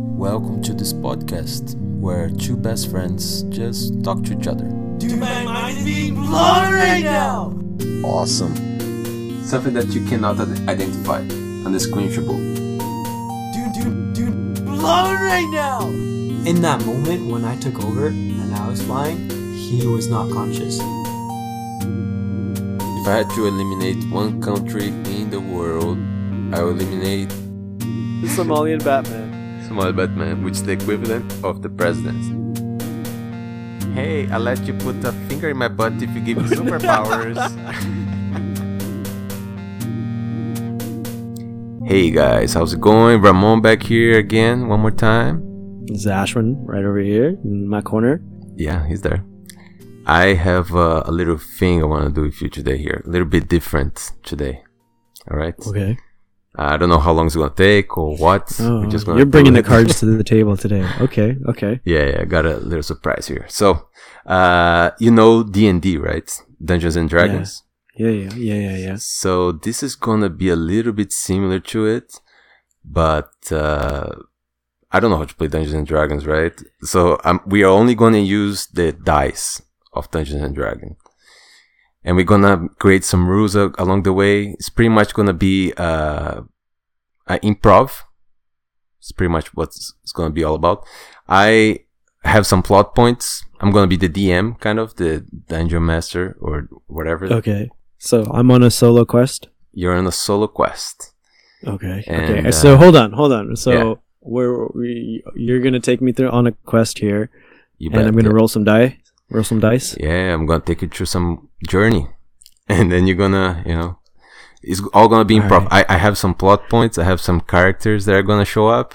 Welcome to this podcast where two best friends just talk to each other. Dude, my mind's being blown right now! Awesome. Something that you cannot ad- identify, undescribable. Dude, dude, dude, blown right now! In that moment when I took over and I was flying, he was not conscious. If I had to eliminate one country in the world, I would eliminate The Somalian Batman. Small Batman, which is the equivalent of the presidency. Hey, I'll let you put a finger in my butt if you give me superpowers. hey guys, how's it going? Ramon back here again, one more time. This is Ashwin right over here in my corner. Yeah, he's there. I have uh, a little thing I want to do with you today here. A little bit different today. All right. Okay. I don't know how long it's going to take or what. Oh, We're just gonna you're do bringing the it. cards to the table today. Okay, okay. Yeah, yeah, I got a little surprise here. So, uh, you know D&D, right? Dungeons and Dragons. Yeah, yeah, yeah, yeah, yeah. So, this is going to be a little bit similar to it, but uh, I don't know how to play Dungeons and Dragons, right? So, um, we are only going to use the dice of Dungeons and Dragons. And we're going to create some rules a- along the way. It's pretty much going to be uh, uh, improv. It's pretty much what it's going to be all about. I have some plot points. I'm going to be the DM, kind of the dungeon master or whatever. Okay. So I'm on a solo quest. You're on a solo quest. Okay. And, okay. uh, so hold on, hold on. So yeah. we're, we, you're gonna take me through on a quest here, You and I'm bet. gonna roll some die, roll some dice. Yeah, I'm gonna take you through some journey, and then you're gonna, you know, it's all gonna be improv. I, I have some plot points. I have some characters that are gonna show up.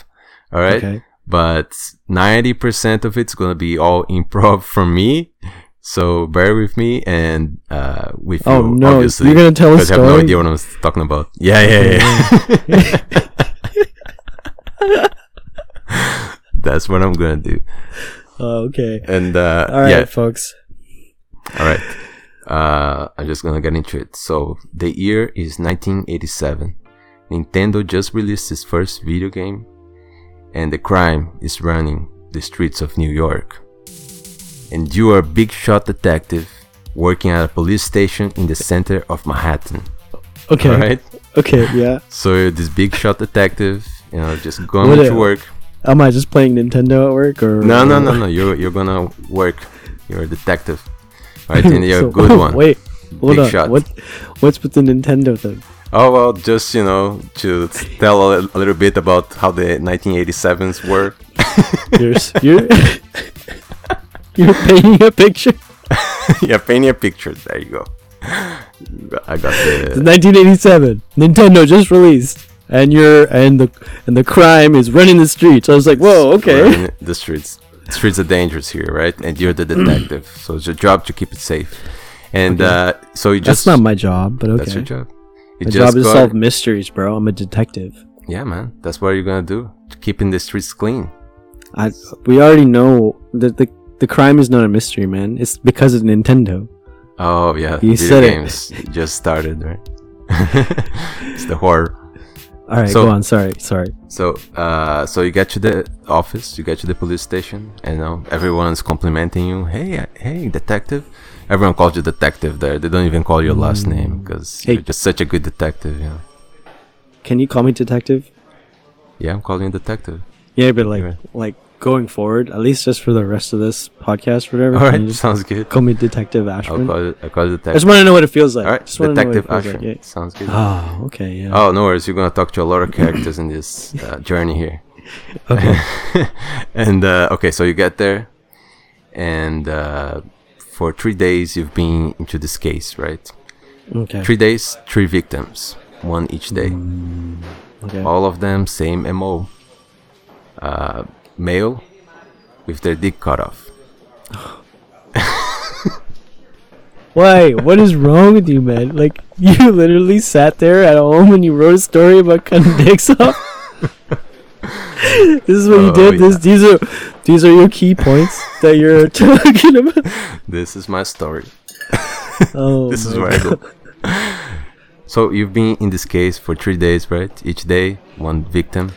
All right, Okay. but ninety percent of it's gonna be all improv from me. So bear with me and uh, with Oh you. no! obviously. You're gonna tell a Because I have no story. idea what I was talking about. Yeah, yeah, yeah. That's what I'm gonna do. oh, okay. And uh, All right, yeah, folks. all right. Uh, I'm just gonna get into it. So the year is 1987. Nintendo just released its first video game, and the crime is running the streets of New York. And you are a big shot detective working at a police station in the center of Manhattan. Okay. All right. Okay. Yeah. So you're this big shot detective, you know, just going What to a- work. Am I just playing Nintendo at work or No, no, no, no. You're you're gonna work. You're a detective. All right, and you're So- a good one. Wait, hold Big on. shot. What? What's with the Nintendo thing? Oh well, just you know, to tell a, a little bit about how the 1987s were. You're s- you're you're painting a picture. yeah, painting a picture. There you go. I got It's the 1987. Nintendo just released, and you're and the and the crime is running the streets. I was like, whoa, Oh, okay. We're in the streets. Streets are dangerous here, right? And you're the Mm. detective, so it's your job to keep it safe. And uh, so you just That's not my job, but okay. that's your job. You My job is to got- solve mysteries, bro. I'm a detective. Yeah, man. That's what you're gonna do. Keeping the streets clean. I we already know that the the crime is not a mystery, man. It's because of Nintendo. Oh yeah, You video said it. games just started, right? it's the horror. All right, So- go on. Sorry, sorry. So, uh, so you get to the office, you get to the police station, and now everyone's complimenting you. Hey, uh, hey, detective! Everyone calls you detective there. They don't even call your last name because Mm. Hey. you're just such a good detective. You know? Can you call me detective? Yeah, I'm calling you detective. Yeah, but like Anyway. like going forward, at least just for the rest of this podcast, whatever. All can right, you just sounds good. call me Detective I'll Ashman. call you, I'll call you I Mm-hmm. just detective. want to know what it feels like. All right, just wanna know what detective it feels Asher. like, yeah. Sounds good. Oh, okay, yeah. Oh, no worries. You're gonna talk to a lot of characters in this uh, journey here. Okay. and uh, okay, so you get there, and uh, for three days you've been into this case, right? okay. Three days, three victims, one each day. Mm-hmm. okay. All of them same MO. Uh, male with their dick cut off. Why? What is wrong with you, man? Like you literally sat there at home and you wrote a story about cutting dicks off. this is what you Oh, did. This yeah. these are these are your key points that you're talking about. This is my story. Oh, This is my where I go. So you've been in this case for three days, right? Each day, one victim,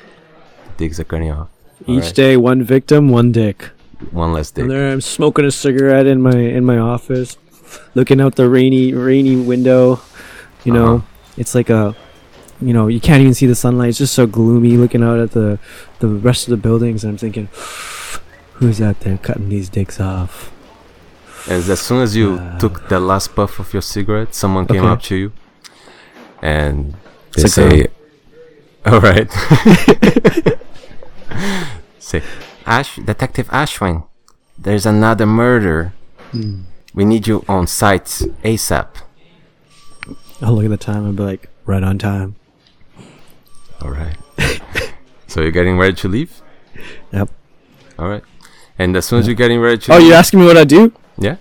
dicks are cutting off. Each Alright. day, one victim, one dick. One less And day. there I'm smoking a cigarette in my in my office, looking out the rainy rainy window. You know, Uh-huh. it's like a, you know, you can't even see the sunlight. It's just so gloomy looking out at the the rest of the buildings. And I'm thinking, who's out there cutting these dicks off? As, as soon as you took the last puff of your cigarette, someone came Okay. up to you and they It's a say, All right. say, Ash, Detective Ashwin, there's another murder. Hmm. We need you on site ASAP. I'll look at the time and be like, right on time. All right. so you're getting ready to leave? Yep. All right. And as soon as you're getting ready to Oh, leave, you're asking me what I do? Yeah.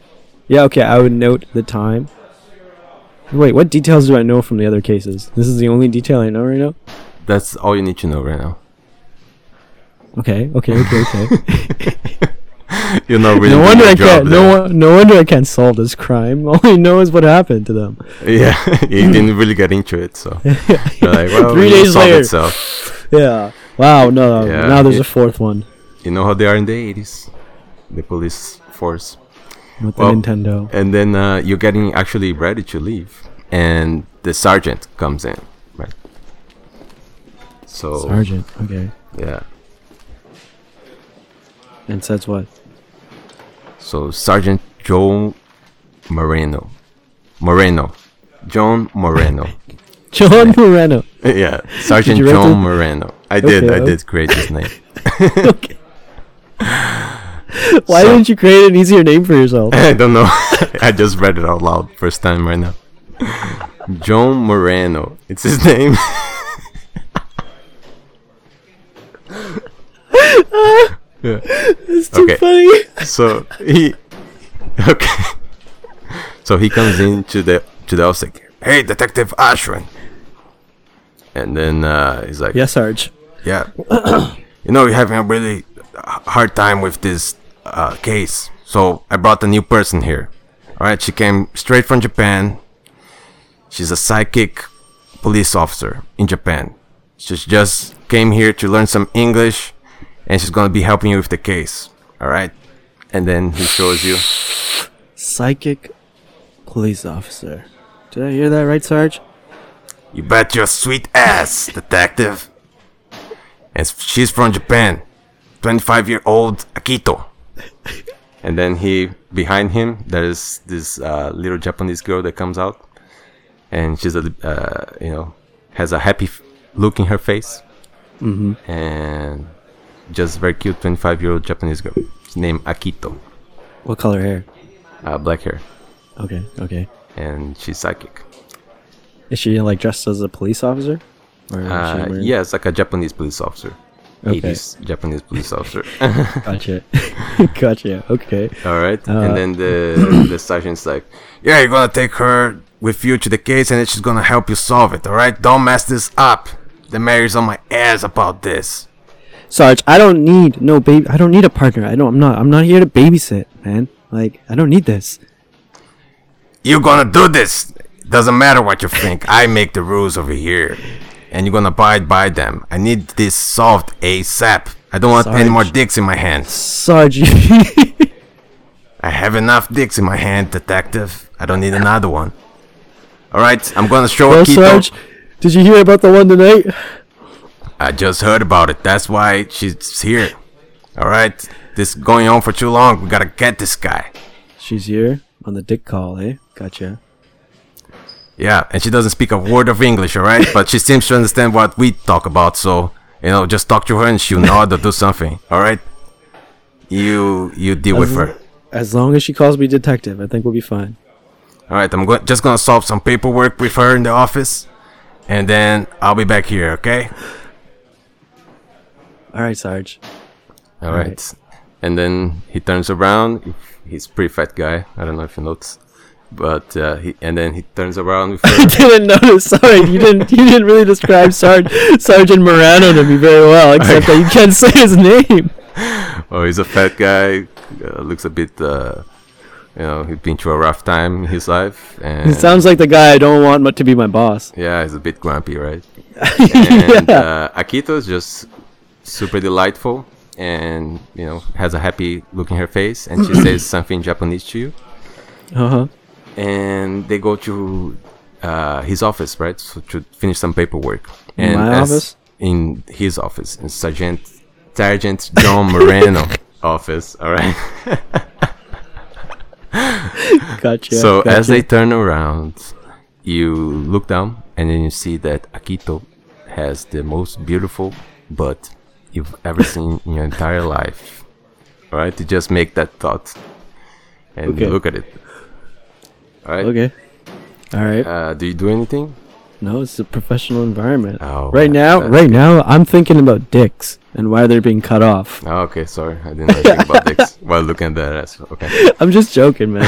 Yeah. Okay. I would note the time. Wait, what details do I know from the other cases? This is the only detail I know right now. that's all you need to know right now. Okay. Okay. Okay. Okay. You're not really no doing wonder your I job can't. there. No, one- no wonder I can't solve this crime. All I know is what happened to them. Yeah, you didn't really get into it, so you're like, well, Three it days solved later. itself. Yeah. Wow. No. no, Yeah, now there's it- a fourth one You know how they are in the eighties, the police force. with Well, the Nintendo. And then uh, you're getting actually ready to leave, and the sergeant comes in, right? So Sergeant. Okay. yeah, And says what? so Sergeant Joe Moreno, Moreno, John Moreno. John Moreno. yeah, Sergeant you write John it? Moreno. I did, Okay, I oh. did create his name. Why So- didn't you create an easier name for yourself? I don't know. I just read it out loud first time right now. John Moreno. It's his name. Yeah. It's too okay. funny. So he Okay. So he comes into the to the office like, Hey Detective Ashwin And then uh, he's like Yes, Sarge. yeah. you know, you're having a really h- hard time with this uh, case. So I brought a new person here. All right, she came straight from Japan. She's a psychic police officer in Japan. She just came here to learn some English, and she's gonna be helping you with the case. All right. And then he shows you. Psychic police officer. Did I hear that right, Sarge? You bet your sweet ass, detective. And she's from Japan. 25 year old Akito. and then he, behind him, there is this uh, little Japanese girl that comes out. And she's, a, li- uh, you know, has a happy f- look in her face. Mm-hmm. And just very cute 25 year old Japanese girl. She's named Akito. What color hair? Uh, black hair. Okay. Okay. And she's psychic. Is she like dressed as a police officer? Or is she Uh, wearing- yeah, it's like a Japanese police officer. Okay. 80s Japanese police officer. Gotcha. gotcha. Okay. All right. Uh, and then the the sergeant's like, "Yeah, you're gonna take her with you to the case, and then she's gonna help you solve it. All right? Don't mess this up. The mayor's on my ass about this. Sarge, I don't need no baby. I don't need a partner. I don't. I'm not. I'm not here to babysit, man. Like I don't need this. You're gonna do this. Doesn't matter what you think. I make the rules over here, and you're gonna abide by them. I need this solved ASAP. I don't want any more Sarge. dicks in my hands. Sarge, I have enough dicks in my hand, detective. I don't need another one. All right, I'm gonna show bro, Akito- Sarge, did you hear about the one tonight? I just heard about it. That's why she's here. All right, this going on for too long. We gotta get this guy. She's here on the dick call, eh? Gotcha. Yeah, and she doesn't speak a word of English. All right, but she seems to understand what we talk about. So you know, just talk to her and she'll nod or do something. All right, you you deal with her. As long as she calls me detective, I think we'll be fine. All right, I'm go- just gonna solve some paperwork with her in the office, and then I'll be back here. Okay. All right, Sarge. All right. And then he turns around. He's a pretty fat guy. I don't know if you noticed. But uh, he and then he turns around with her. Didn't notice. Sorry, you didn't. You didn't really describe Sarge, Sergeant Morano to me very well, except that you can't say his name. oh, he's a fat guy. Uh, looks a bit, uh, you know, he's been through a rough time in his life. And He sounds like the guy I don't want mu- to be my boss. yeah, he's a bit grumpy, right? And uh, Akito's just super delightful. and you know has a happy look in her face, and she says something in Japanese to you, Uh huh. and they go to uh, his office, right, so to finish some paperwork. And In my as- office? In his office, in Sergeant Sergeant John Moreno office. All right. Gotcha. so as gotcha. they turn around, you look down and then you see that Akito has the most beautiful butt you've ever seen in your entire life. All right, to just make that thought and Okay. look at it. All right. Okay. All right. Uh, do you do anything? No, it's a professional environment. Oh, right now, that's right now, I'm thinking about dicks and why they're being cut off. Oh, okay, sorry, I didn't know anything about dicks while looking at that ass. Okay, I'm just joking, man.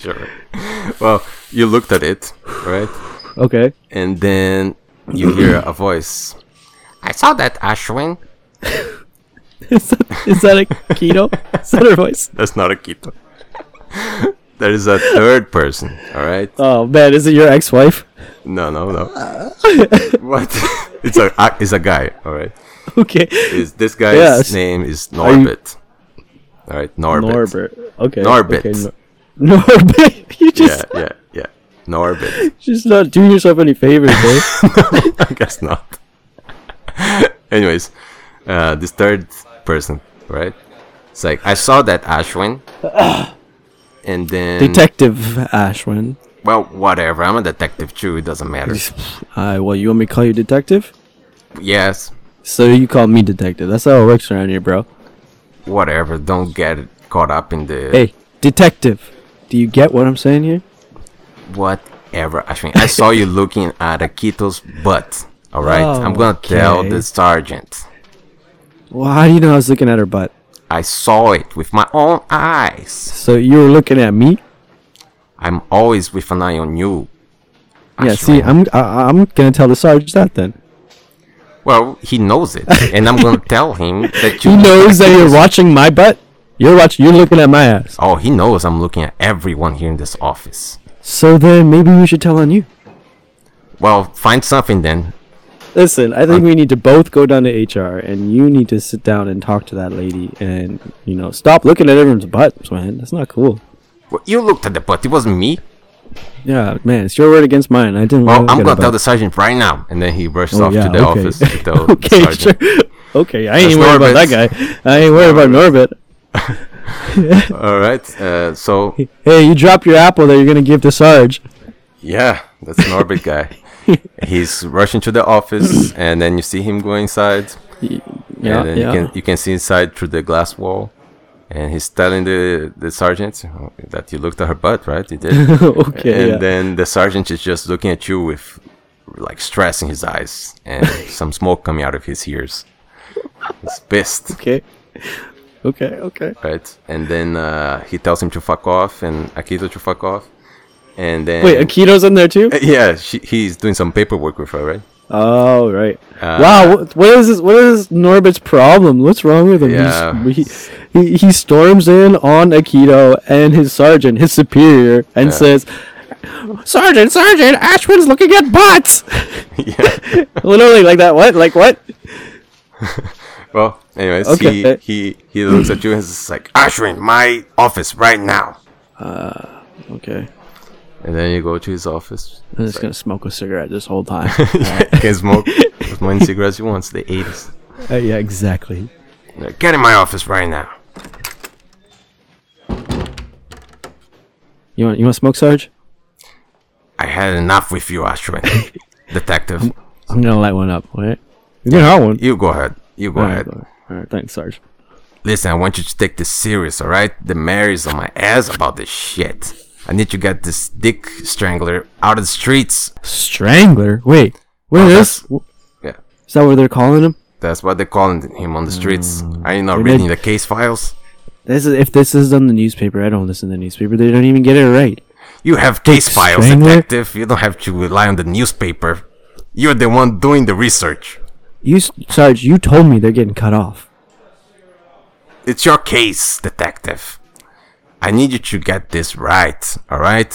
sure. Well, you looked at it, right? okay. and then you hear a voice. I saw that Ashwin. Is that, is that a keto? Is that her voice? That's not a keto. there is a third person. All right. Oh man, is it your ex-wife? No, no, no. what? it's a uh, it's a guy. All right. Okay. Is this guy's Yes. name is you- Norbit? All right, Norbit. Norbert. Okay. Norbit. Okay, Nor- Norbit. You Yeah, just yeah, yeah. Norbit. just not doing yourself any favors, eh? bro. I guess not. Anyways, uh, this third person, right? It's like I saw that Ashwin, and then Detective Ashwin. Well, whatever. I'm a detective too. It doesn't matter. Uh, well, you want me to call you detective? yes, So you call me detective. That's how it works around here, bro. whatever. Don't get caught up in the Hey, detective. Do you get what I'm saying here? whatever. Ashwin, I saw you looking at Akito's butt. All right, I'm gonna tell Oh, Okay. the sergeant. Well, how do you know I was looking at her butt? I saw it with my own eyes. So you were looking at me? I'm always with an eye on you. Yeah. See, Ashwin. I'm I, I'm gonna tell the sergeant that then. Well, he knows it, and I'm gonna tell him that you. He knows that you're watching my butt. You're watching. You're looking at my ass. Oh, he knows I'm looking at everyone here in this office. So then maybe we should tell on you. Well, find something then. Listen, I think we need to both go down to HR, and you need to sit down and talk to that lady, and you know, stop looking at everyone's butts, man. That's not cool. Well, you looked at the butt. It wasn't me. Yeah, man, it's your word against mine. I didn't. Well, look I'm at gonna her tell the butt. Oh, sergeant right now, and then he rushes off yeah, to the okay. office to tell the Okay, sergeant. sure. Okay, I ain't That's worried about that Norbit. guy. I ain't worried about Norbit. All right. Uh, so Hey, you dropped your apple that you're gonna give to Sarge. yeah, that's an orbit guy. He's rushing to the office, and then you see him go inside, Yeah, and then you yeah. can you can see inside through the glass wall. And he's telling the, the sergeant that you looked at her butt, right? You did. okay, and yeah. then the sergeant is just looking at you with like stress in his eyes and some smoke coming out of his ears. He's pissed. okay, okay, okay. right? And then uh, he tells him to fuck off and Akito to fuck off. And then Wait, Akito's in there too. yeah, she, he's doing some paperwork with her, right? Oh right! Uh, wow, what, what is this? What is Norbit's problem? What's wrong with him? Yeah. He's, he, he he storms in on Akito and his sergeant, his superior, and says, "Sergeant, sergeant, Ashwin's looking at butts." yeah. Literally like that. What? Like what? Well, anyways, Okay. he, he he looks at you and is like, Ashwin, my office right now. Okay, And then you go to his office. I'm just gonna smoke a cigarette this whole time. yeah, you can smoke as many cigarettes you want. It's the eighties. Uh, yeah, exactly. Like, Get in my office right now. You want you want smoke, Sarge? I had enough with you, Ashwin, detective. I'm gonna light one up. What? You can have one. You go ahead. You go All ahead. right, all right. all right, thanks, Sarge. Listen, I want you to take this serious, all right? The Mary's on my ass about this shit. I need to get this dick strangler out of the streets. Strangler. Wait, what Oh, is that's- this? Yeah, Is that what they're calling him? that's what they're calling him on the streets. Mm. Are you not They're reading not- the case files? This is if this is on the newspaper. I don't listen to the newspaper. They don't even get it right. You have case files, strangler? detective. You don't have to rely on the newspaper. You're the one doing the research. You s- Sarge, you told me they're getting cut off. It's your case, detective. I need you to get this right, all right?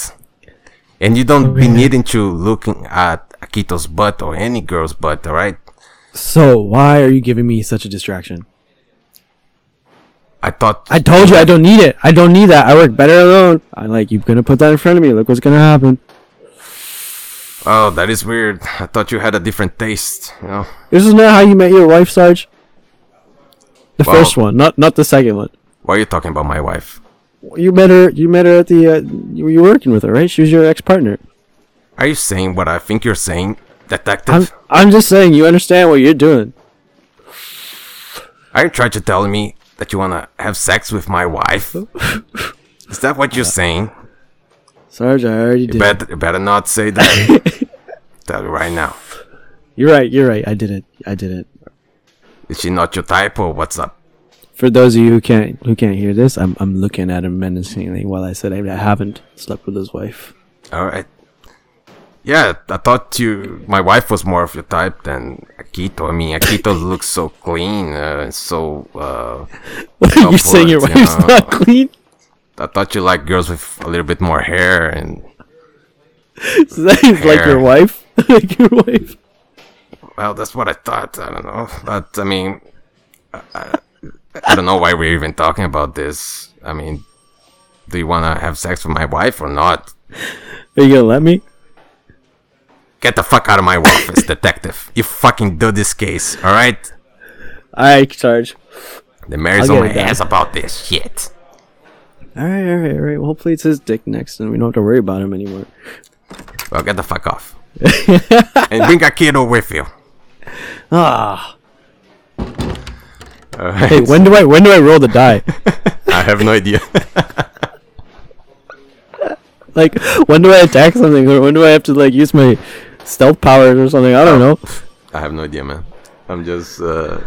And you don't be needing to looking at Akito's butt or any girl's butt, all right? So why are you giving me such a distraction? I thought I told you I don't need it. I don't need that. I work better alone. I like you're gonna put that in front of me. Look what's gonna happen. Oh, that is weird. I thought you had a different taste. You know? This is not how you met your wife, Sarge. The Wow. first one, not not the second one. Why are you talking about my wife? You met her. You met her at the. Uh, you you were working with her, right? She was your ex partner. Are you saying what I think you're saying, I'm. detective? I'm just saying. You understand what you're doing. Are you trying to tell me that you wanna have sex with my wife? is that what you're saying? Sarge, I already You did. better, you better not say that. tell you right now. You're right. You're right. I didn't. I didn't. Is she not your type or what's up? For those of you who can't who can't hear this, I'm I'm looking at him menacingly while I said I, I haven't slept with his wife. All right. Yeah, I thought you, my wife was more of your type than Akito. I mean, Akito looks so clean, uh, and so. Uh, you're saying your upwards, wife's you know. not clean? I thought you liked girls with a little bit more hair, and Is that like your Hair. wife? like your wife? well, that's what I thought. I don't know, but I mean, I, I, I don't know why we're even talking about this. I mean, do you want to have sex with my wife or not? Are you gonna let me? Get the fuck out of my office, detective! You fucking do this case, all right? All right, Sarge. The mayor's I'll on my get it done. ass about this shit. All right, all right, all right. Well, hopefully it's his dick next, and we don't have to worry about him anymore. Well, get the fuck off. and bring a kiddo with you. Ah. All right. Hey, when do I when do I roll the die? I have no idea. like, when do I attack something, or when do I have to like use my stealth powers or something? I don't know. I have no idea, man. I'm just uh,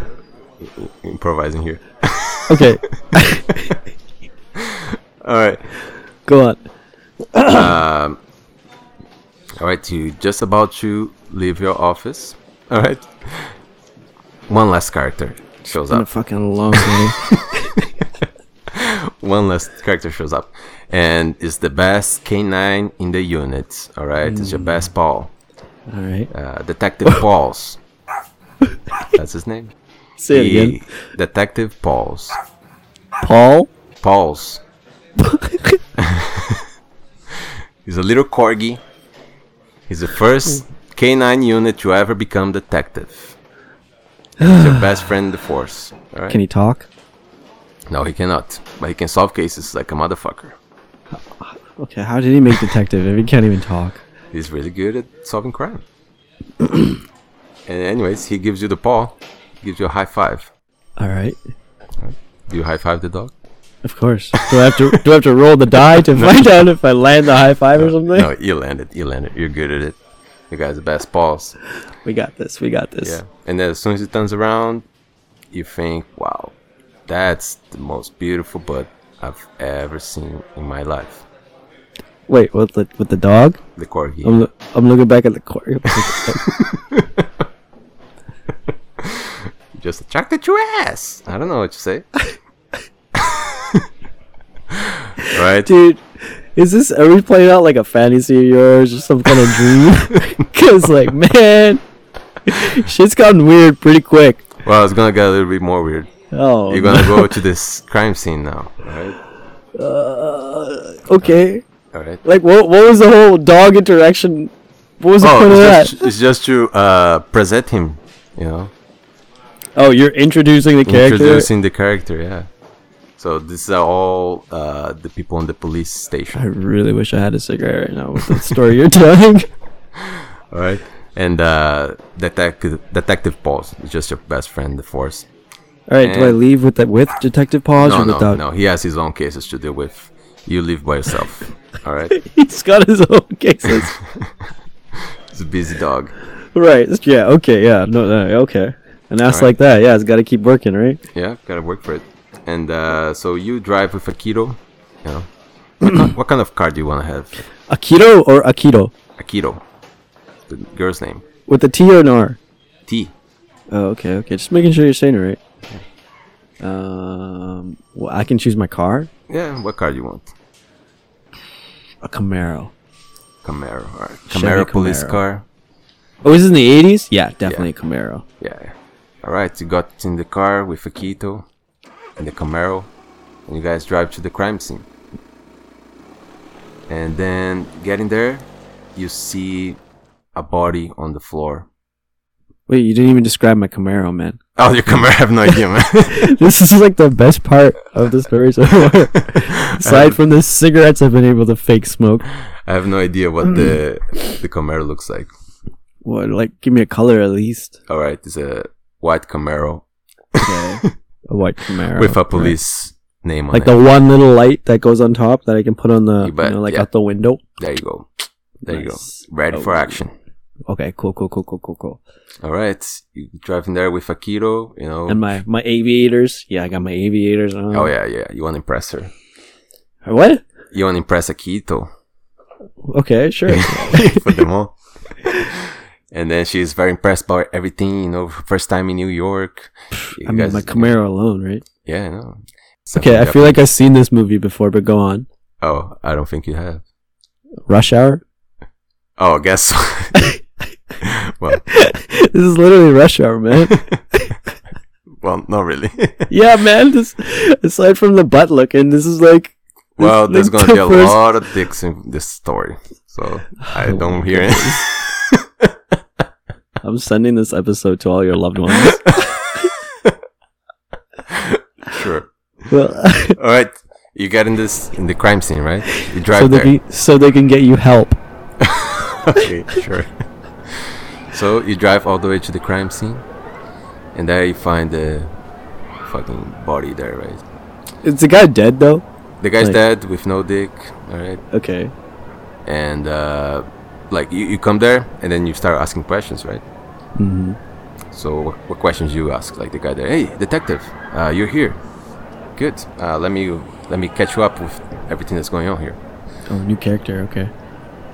improvising here. Okay, All right. go on. All right, you just about to leave your office. All right. One last character shows I'm a up. fucking long lady. One last character shows up, and it's the best K9 in the unit. All right, it's your best Paul, All right, uh, Detective Pauls. That's his name. say it again. He- Detective Pauls. Paul. Pauls. He's a little corgi. He's the first K9 unit to ever become detective. And He's your best friend, in the Force. All right? Can he talk? No, he cannot. But he can solve cases like a motherfucker. Okay, how did he make detective if he can't even talk? He's really good at solving crime. and anyways, he gives you the paw. He gives you a high five. All right, Do you high five the dog? of course. Do I have to do I have to roll the die to find out if I land the high five or something? No, you landed. You landed. You're good at it. You guys are the best paws. We got this. We got this. Yeah. And then as soon as he turns around, you think, wow, that's the most beautiful butt I've ever seen in my life. Wait, with the with the dog? The corgi. I'm, loo- I'm looking back at the corgi. Just attracted your ass. I don't know what you say. right? Dude, is this are we playing out like a fantasy of yours or some kind of dream? Cause like man, shit's gotten weird pretty quick. Well, it's gonna get a little bit more weird. Oh, You're gonna go to this crime scene now. Alright? okay. Alright. Like what? What was the whole dog interaction? What was the point of that? Oh, it's just, it's just to uh, present him, you know? oh, you're introducing the character. Introducing the character, yeah. So these are all uh, the people in the police station. I really wish I had a cigarette right now with the story you're telling. All right. And uh, detective detective Paul's is just your best friend, the Force. All right, do I And- leave with that with Detective Paws Eh. No, or no, without? no. He has his own cases to deal with. You live by yourself. All right. He's got his own cases. He's a busy dog. Right. it's- Yeah. Okay. Yeah. No. no okay. An ass Alright. like that. Yeah. It's got to keep working, right? Yeah, gotta work for it. And uh, so you drive with Akito. You know. What kind- what kind of car do you want to have? Akito or Akito Akito. The girl's name. with the T or an R. T. Oh, okay. Okay. Just making sure you're saying it right. Um. Well, I can choose my car. Yeah, what car do you want? A Camaro. Camaro. All right. Chevy Camaro police Camaro. car. Oh, is this in the '80s? Yeah, definitely a Camaro. Yeah. All right, you got in the car with Akito in the Camaro. and you guys drive to the crime scene. And then getting there, you see a body on the floor. Wait, you didn't even describe my Camaro, man. Oh, your camera! I have no idea, man. this is like the best part of the story so far. Aside from the cigarettes, I've been able to fake smoke. I have no idea what the the Camaro looks like. What? Like, give me a color at least. All right, it's a white Camaro Okay. a white Camaro with a right? police name on Like it. the one little light that goes on top that I can put on You the, you, bet, know, like yeah. out the window. there you go. There you go. Nice. Ready for Oh. action. Okay, cool, cool, cool, cool, cool, cool. All right, you driving there with Akito, you know. And my my aviators. Yeah, I got my aviators. On. oh yeah, yeah. You want to impress her. What? You want to impress Akito Okay, sure. for them all. And then she's very impressed by everything, you know. First time in New York. You I mean, my Camaro alone, right? Yeah, I know. Okay, I Something feel like I've seen this movie before, but go on. that- Oh, I don't think you have. Rush Hour. Oh, I guess. So. well, this is literally Rush Hour, man. well, not really. yeah, man. This, aside from the butt looking, this is like well, there's This gonna link be to a first- lot of dicks in this story, so I Oh don't my hear it. I'm sending this episode to all your loved ones. sure. well, All right, you get in this in the crime scene, right? You drive so they there. can so they can get you help. okay, sure. So you drive all the way to the crime scene, and there you find the fucking body there, right? Is the guy dead though? The guy's Right. dead with no dick, all right? Okay. And uh, like you, you come there, and then you start asking questions, right? hmm So what, what questions you ask? Like the guy there, hey detective, uh, you're here. Good. Uh, let me let me catch you up with everything that's going on here. Oh, new character. Okay.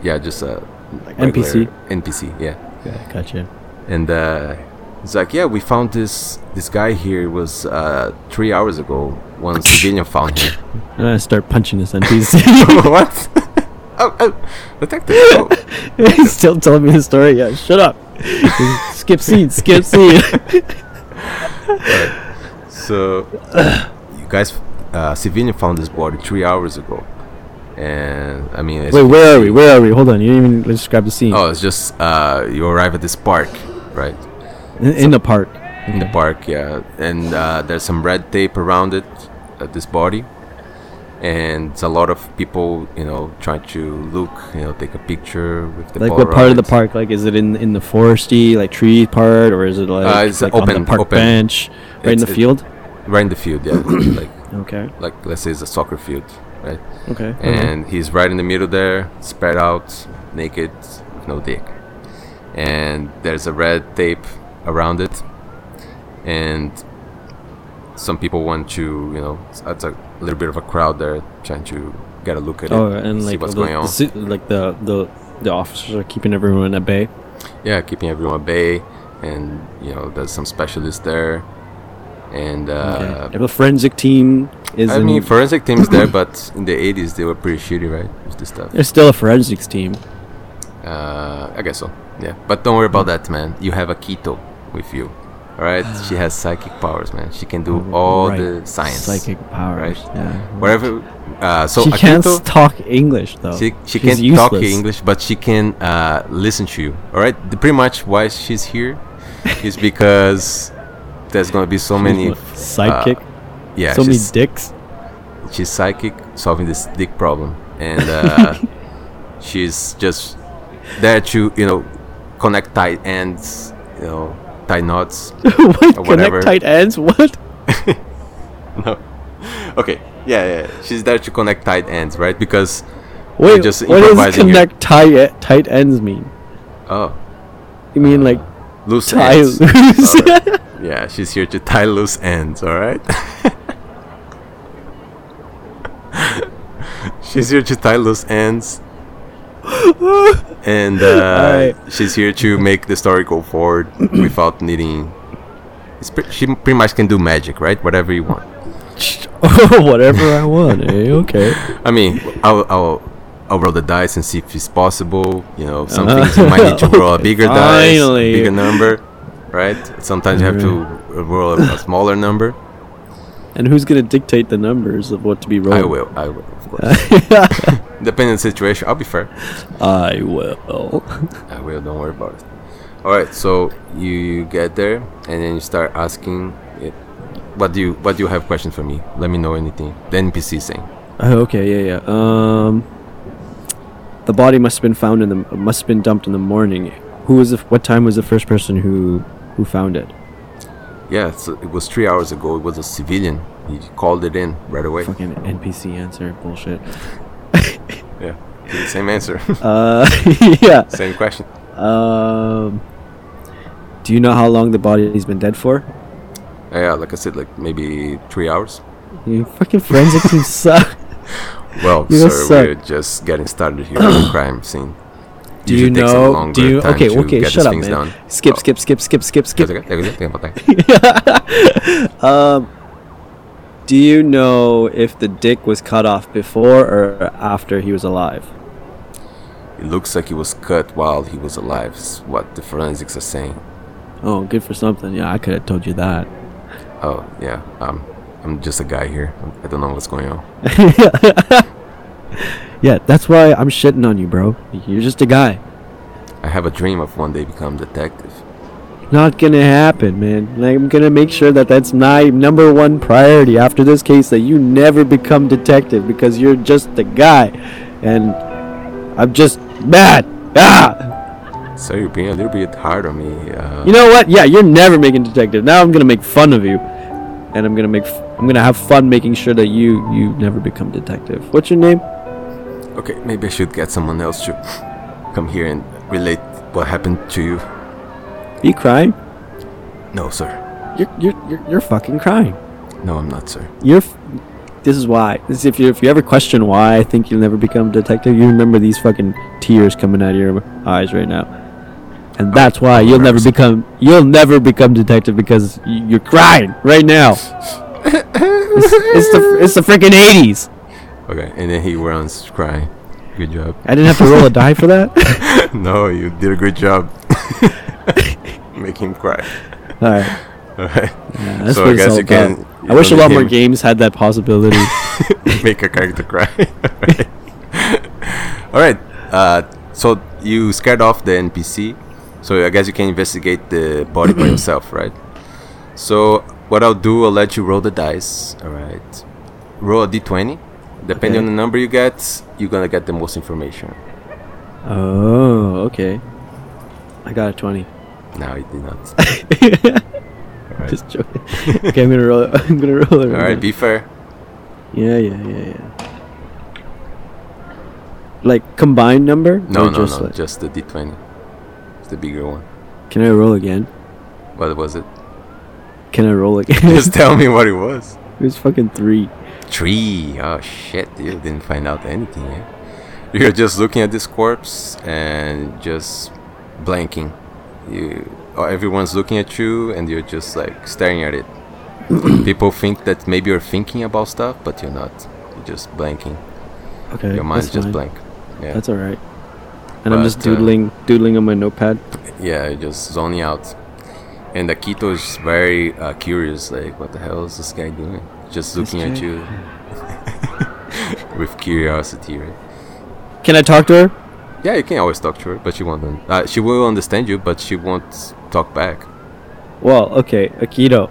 Yeah, just uh, like NPC? NPC, yeah. Yeah, gotcha. and uh, he's like, "Yeah, we found this this guy here It was uh, three hours ago. One civilian found him. I'm gonna start punching this NPC. what? oh, oh, detective! Oh, He's still telling me the story. Yeah, shut up. skip scene. Skip scene. So you guys, uh, civilian found this body three hours ago, and I mean, it's, Wait, where are we? Where are we? Hold on. You didn't even describe the scene. oh, it's just uh, you arrive at this park, right? in, in the park. In the park, yeah, and uh, there's some red tape around it, uh, this body, and it's a lot of people, you know, trying to look, you know, take a picture with the Like what part of the Polaroids. park? Like, is it in in the foresty, like tree part, or is it like, Uh, it's like on open- the park open. bench, right in It's- the it- field? right in the field yeah like Okay. like let's say it's a soccer field right Okay. and he's right in the middle there spread out naked with no dick and there's a red tape around it and some people want to you know it's, it's a little bit of a crowd there trying to get a look at Oh, it and see like what's the, going the, on si- like the the the officers are keeping everyone at bay. yeah keeping everyone at bay and you know there's some specialists there and uh okay. The forensic team is. I in- mean, forensic teams there, but in the 80s they were pretty shitty, right? With this stuff. there's still a forensics team. Uh, I guess so. Yeah, but don't worry about that, man. You have Akito with you. All right, she has psychic powers, man. She can do all Oh, Right. the science. Psychic powers. right? Yeah. Whatever. Uh, so she can't Akito, talk English though. she she She's can't talk useless. English, but she can uh, listen to you. All right, The- pretty much why she's here is because there's gonna be so many. uh, What, Psychic. Yeah, so many she's- dicks. she's psychic solving this dick problem and uh, she's just there to you know connect tight ends you know tie knots what? whatever. Connect tight ends. What? no okay yeah, yeah yeah. she's there to connect tight ends right because Wait. just what does improvising here. connect tight e, tight ends mean? oh You mean like loose tie Uh, ends Oh, loose? Alright. yeah she's here to tie loose ends all right she's here to tie loose ends and uh, she's here to make the story go forward without needing. It's pre- she pretty much can do magic, right? Whatever you want. Oh, Whatever I want. eh? Okay. I mean, I'll, I'll I'll roll the dice and see if it's possible. You know, some things you might need to roll a bigger dice, a Finally. bigger number, right? Sometimes you have to roll a, a smaller number. And who's gonna dictate the numbers of what to be rolled? I will. I will. Of course. Depending on the situation, I'll be fair. I will. I will. Don't worry about it. All right. So you, you get there, and then you start asking it. What do you What do you have questions for me? Let me know anything. The NPC saying. Oh, okay, yeah, yeah. Um, the body must have been found in the must have been dumped in the morning. Who was the, what time was the first person who who found it? Yeah. So it was three hours ago. It was a civilian. He called it in right away. Fucking NPC answer bullshit. Yeah. Same answer. Uh, yeah. Same question. Um, do you know how long the body's been dead for? Yeah. Like I said, like maybe three hours. You fucking forensic team suck. Well, You sir, guys suck. we're just getting started here on the crime scene. Do Usually you takes a know? longer Do you? time Okay, to okay. get Shut these up, things man. down. Skip, Oh. skip, skip, skip, skip, skip. That's okay, that's okay, think about that. um, do you know if the dick was cut off before or after he was alive? It looks like he was cut while he was alive. Is what the forensics are saying. Oh, good for something. Yeah, I could have told you that. Oh yeah, um, I'm just a guy here. I don't know what's going on. yeah, that's why I'm shitting on you, bro. You're just a guy. I have a dream of one day becoming a detective. Not gonna happen, man. Like, I'm gonna make sure that that's my number one priority after this case that you never become detective because you're just the guy, and I'm just mad. Ah, So you're being a little bit hard on me. Uh, you know what? Yeah, you're never making detective. Now I'm gonna make fun of you, and I'm gonna make f- I'm gonna have fun making sure that you you never become detective. What's your name? okay, maybe I should get someone else to come here and relate what happened to you. Are you crying? No, sir. You're you're you're, you're fucking crying. No, I'm not, sir. you're f- this is why this is if you if you ever question why I think you'll never become a detective, you remember these fucking tears coming out of your eyes right now, and that's why you'll never become you'll never become detective because y- you're crying right now. it's, it's the it's the freaking eighties. Okay, and then he runs crying. Good job. I didn't have to roll a die for that. no, you did a good job. Make him cry. All right, All right. yeah, that's So I what it's guess you all can- about. you I wish a don't lot need more him. games had that possibility. Make a character cry. All right. Uh, so you scared off the NPC. So I guess you can investigate the body by yourself, right? So what I'll do, I'll let you roll the dice. All right. Roll a d20. Depending Okay. on the number you get, you're gonna get the most information. oh, okay. I got a twenty. No, you did not. Alright. Just joking. okay, I'm gonna roll. It. I'm gonna roll it. All right. Be fair. Yeah, yeah, yeah, yeah. Like combined number? No, Or no, just no. like- Just the d20. It's the bigger one. can I roll again? What was it? Can I roll again? Just tell me what it was. it was fucking three. Tree. Oh shit, you didn't find out anything. Eh? You're just looking at this corpse and just blanking. You, oh, everyone's looking at you, and you're just like staring at it. People think that maybe you're thinking about stuff, but you're not. You're just blanking. Okay, Your mind's that's just fine. blank. Yeah, That's all right. And I'm just But, uh, doodling, doodling on my notepad. yeah, you're just zoning out. And Akito is very uh, curious, like, what the hell is this guy doing? Just looking at guy- you with curiosity, right? Can I talk to her? Yeah, you can always talk to her, but she won't. un- Uh, she will understand you, but she won't talk back. Well, okay, Akito.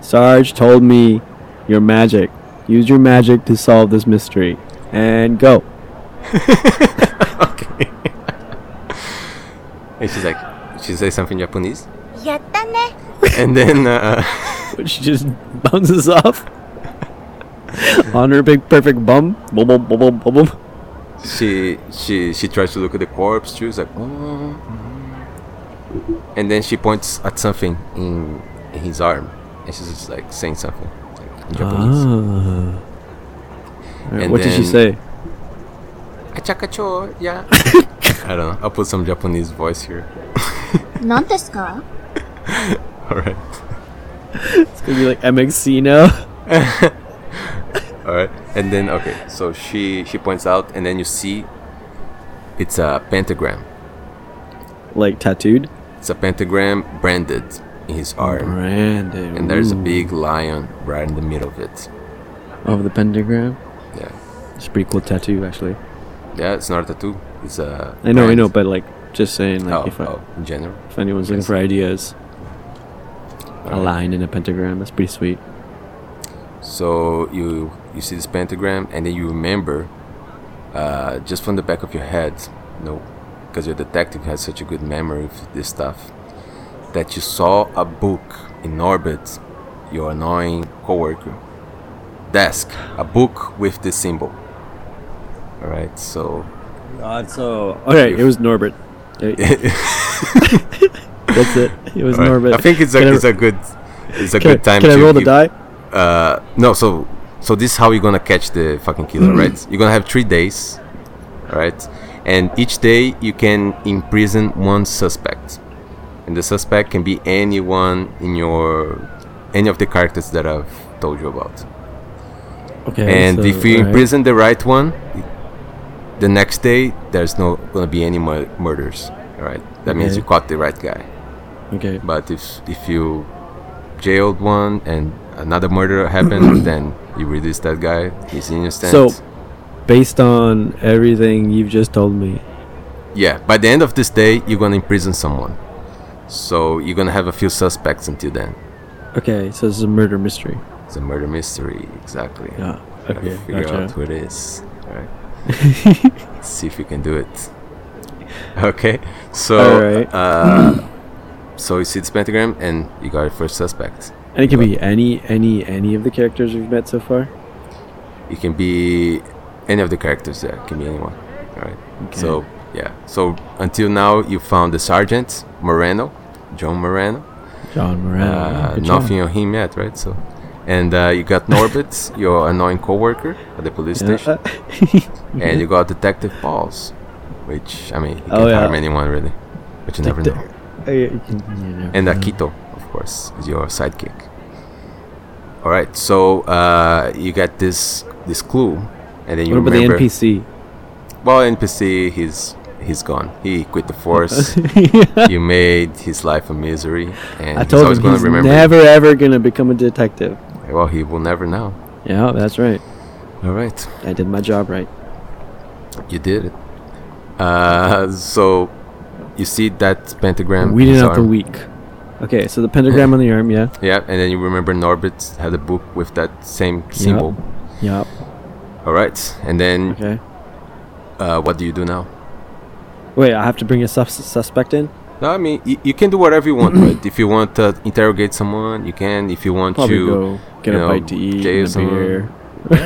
Sarge told me your magic. Use your magic to solve this mystery. And go. okay. and she's like, she says something Japanese, やったね and then uh, She just bounces off on her big perfect bum. Boom, boom, boom, boom, boom, boom. she she she tries to look at the corpse. She's like, "Oh." and then she points at something in, in his arm, and she's just like saying something like, in Japanese. Ah. Alright, And what did she then- say? Ah. Achakacho, yeah. I don't know. I'll put some Japanese voice here. 何ですか All right. It's gonna be like MXC now. All right, and then okay, so she she points out, and then you see, it's a pentagram. like tattooed. It's a pentagram branded in his arm, Brandon. and there's a ooh. big lion right in the middle of it. of the pentagram. Yeah, It's a pretty cool tattoo, actually. yeah, it's not a tattoo. It's a. I know, I brand. know, but like, just saying, like, oh, if, I, oh, in general. if anyone's looking for ideas, a Alright. line in a pentagram. That's pretty sweet. So you you see this pentagram, and then you remember, uh, just from the back of your head, you know, because your detective has such a good memory of this stuff, that you saw a book in orbit, your annoying coworker, desk, a book with this symbol. All right, so God, so okay, it was Norbert. There- That's it. It was All right. Norbert. I think it's a Can I- it's a good it's a can, good time. Can I to roll the give- die? Uh, no, so so this is how you're gonna catch the fucking killer, Mm. right? You're gonna have three days, right? And each day you can imprison one suspect, and the suspect can be anyone in your any of the characters that I've told you about. Okay. And so, if you all right. imprison the right one, the next day there's no gonna be any mur- murders. All right, that means Okay. you caught the right guy. okay, But if if you jailed one and another murder happened, then you release that guy. He's innocent. So- based on everything you've just told me, yeah, by the end of this day, you're gonna imprison someone. So you're gonna have a few suspects until then. okay, so this is a murder mystery. It's a murder mystery, exactly. Yeah. Gotta Okay. figure out Gotcha. who it is. Alright. See if you can do it. Okay. So Alright. uh, so you see this pentagram and you got your first suspect. And it can be any, any, any of the characters we've met so far. It can be any of the characters there. It can be anyone. All right. So yeah. So until now, you found the sergeant Moreno, John Moreno. John Uh, Moran. Good job. nothing on him yet, right? So, and uh, you got Norbert, your annoying coworker at the police Yeah. Uh, station, and you got Detective Pauls, which I mean, you can Oh, yeah. harm anyone really, but you never Detec- Mm-hmm. know. Uh, yeah, you can- you never And know. Akito, of course, is your sidekick. All right. So uh, you got this this clue, and then you What about the remember. NPC? Well, NPC, he's he's gone. He quit the force. you made his life a misery, and I he's told always him gonna he's remember. never ever gonna become a detective. it. Well, he will never know. Yeah, that's right. All right, I did my job right. you did it. Uh, so you see that pentagram. in Weeding his out the arm. weak. Okay, so the pentagram on the arm, yeah, Yeah, and then you remember Norbit had a book with that same symbol. yeah, All right, and then okay. uh, what do you do now? Wait, I have to bring a sus- suspect in. No, I mean you, you can do whatever you want. right? If you want to interrogate someone, you can. If you want Probably to. go get you a know, bite to eat, and a Jason. beer.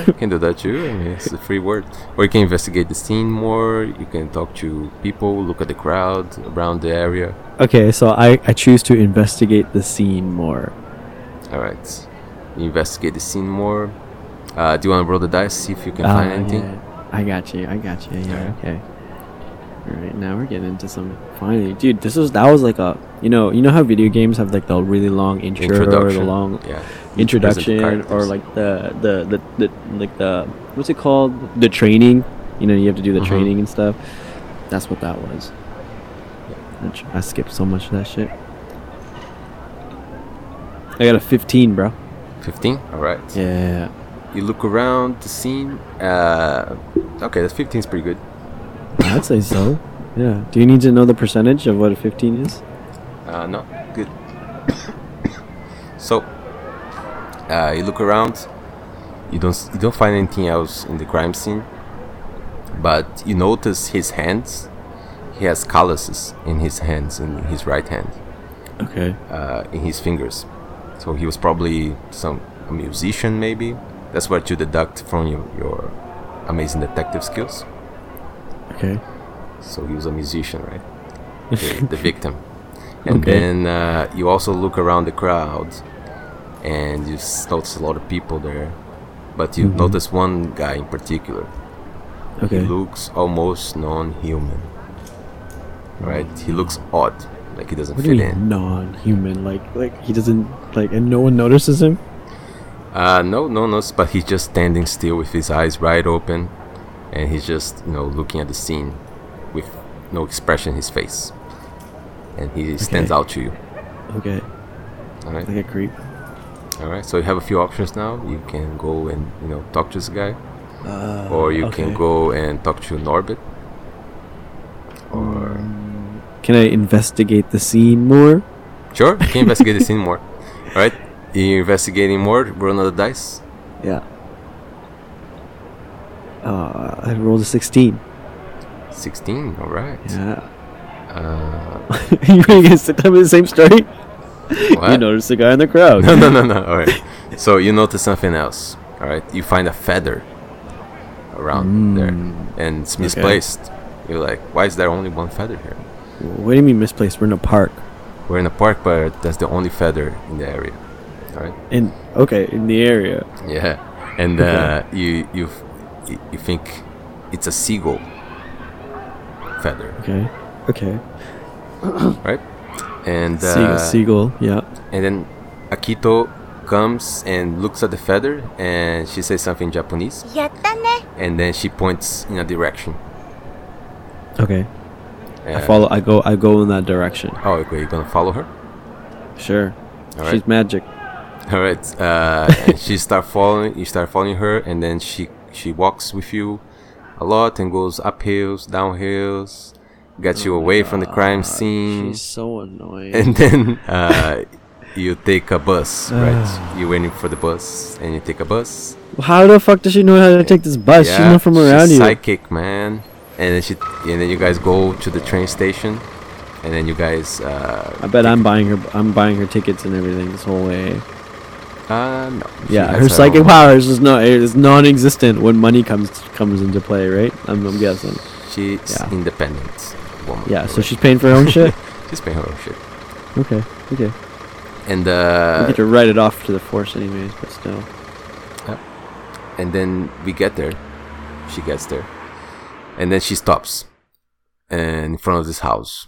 you can do that too. I mean, it's a free word. Or you can investigate the scene more. You can talk to people, look at the crowd around the area. Okay, so I I choose to investigate the scene more. All right, you investigate the scene more. Uh, do you want to roll the dice, see if you can Ah, find anything? yeah. I got you. I got you. Yeah. Okay. All right. Now we're getting into some. Finally, dude, this was that was like a you know you know how video games have like the really long intro or the Introduction. long Yeah. introduction Present or characters. like the, the the the like the what's it called the training you know you have to do the Mhm. training and stuff that's what that was I tr- i skipped so much of that shit i got a 15 bro fifteen. All right. yeah You look around the scene. Uh, okay, that's fifteen is pretty good. i'd say so yeah do you need to know the percentage of what a 15 is Uh, no, good. so, uh, you look around. You don't s- you don't find anything else in the crime scene, but you notice his hands. He has calluses in his hands, in his right hand, okay uh, in his fingers. So he was probably some a musician, maybe. That's what you deduct from your, your amazing detective skills. okay So he was a musician, right? The, the victim. And Okay. then uh, you also look around the crowd and you s- notice a lot of people there. But you notice one guy in particular. He Mm-hmm. okay looks almost non human. Right? He looks odd. Like he doesn't what do fit you in. mean non-human like like he doesn't like and no one notices him Uh, no, no, no. s- But he's just standing still with his eyes wide open. And he's just, you know, looking at the scene with no expression in his face. And he stands out to you. okay All right. like a creep. All right. So you have a few options now. You can go and you know talk to this guy, or you can Uh, okay. go and talk to Norbit. Or Mm. Can I investigate the scene more? sure, you can investigate the scene more. All right. You're investigating more. Roll another dice. Yeah. Uh, I rolled a 16. Sixteen. All right. Yeah. Uh, you really gonna sit down with the same story? You what? noticed the guy in the crowd. no, no, no, no. All right. So you notice something else. All right. You find a feather Hmm. Mm. around there, and it's misplaced. You're like, why is there only one feather here? what do you mean misplaced? We're in a park. We're in a park, but that's the only feather in the area. All right. In okay, in the area. Yeah, and uh, you you f- you think it's a seagull feather, Okay. Okay. right? And Seagull, uh, seagull. Yeah. and then Akito comes and looks at the feather, and she says something in Japanese, やったね and then she points in a direction. Okay. I Uh, follow. I go. I go in that direction. Oh, okay, you're gonna follow her. Sure. All right, She's magic. all right. Uh, and she start following. You start following her, and then she she walks with you a lot and goes up hills, down hills, gets you away from the crime scene. Oh She's so annoying. Mm. and then uh, you take a bus, Ah. right? You're waiting for the bus, and you take a bus. how the fuck does Ah, she know how to take this bus? She's not from she's around here. Psychic man, and then she, and then you guys go to the train station, and then you guys. Uh, I bet I'm buying her. I'm buying her tickets and everything this whole way. uh, no, she Yeah, has her psychic own- powers is not is non-existent when money comes comes into play, right? I'm, I'm guessing. She's yeah. independent woman. Yeah, so right? she's paying for her own shit. she's paying her own shit, Okay, okay. and we uh, get to write it off to the force, anyways. But still, and then we get there. She gets there, and then she stops, and in front of this house,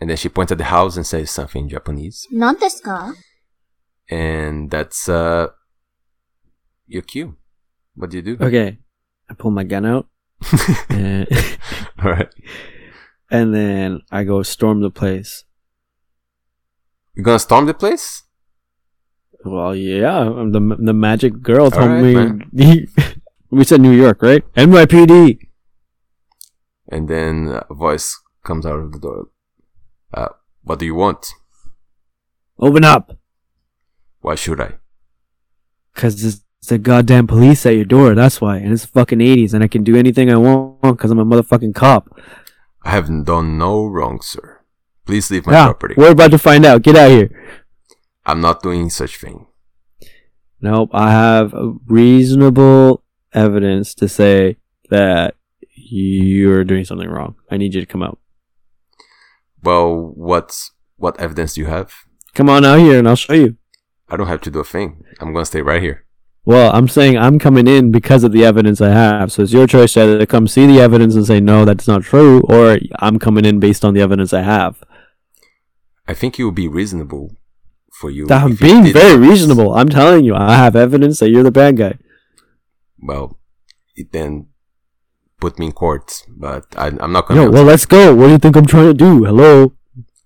and then she points at the house and says something in Japanese. 何ですか and that's uh your cue. What do you do? okay. I pull my gun out, and, All right, and then I go storm the place. you're gonna storm the place. Well, yeah, I'm the the magic girl All told right, me. we said New York, right? NYPD. And then a voice comes out of the door. Uh, what do you want? Open up, Why should I? cause it's the goddamn police at your door. That's why, and it's fucking 80s, and I can do anything I want, cause I'm a motherfucking cop. I have done no wrong, sir. Please leave my yeah, property. we're about to find out. Get out of here. I'm not doing such thing. Nope, I have reasonable evidence to say that you're doing something wrong. I need you to come out. Well, what's what evidence do you have? Come on out here, and I'll show you. I don't have to do a thing. I'm gonna stay right here. Well, I'm saying I'm coming in because of the evidence I have. So it's your choice to either come see the evidence and say, no, that's not true, or I'm coming in based on the evidence I have. I think it would be reasonable for you. I'm if you being did very this. reasonable. I'm telling you, I have evidence that you're the bad guy. Well, it then put me in court, but I, I'm not gonna. be No, able well, to- let's go. What do you think I'm trying to do? Hello?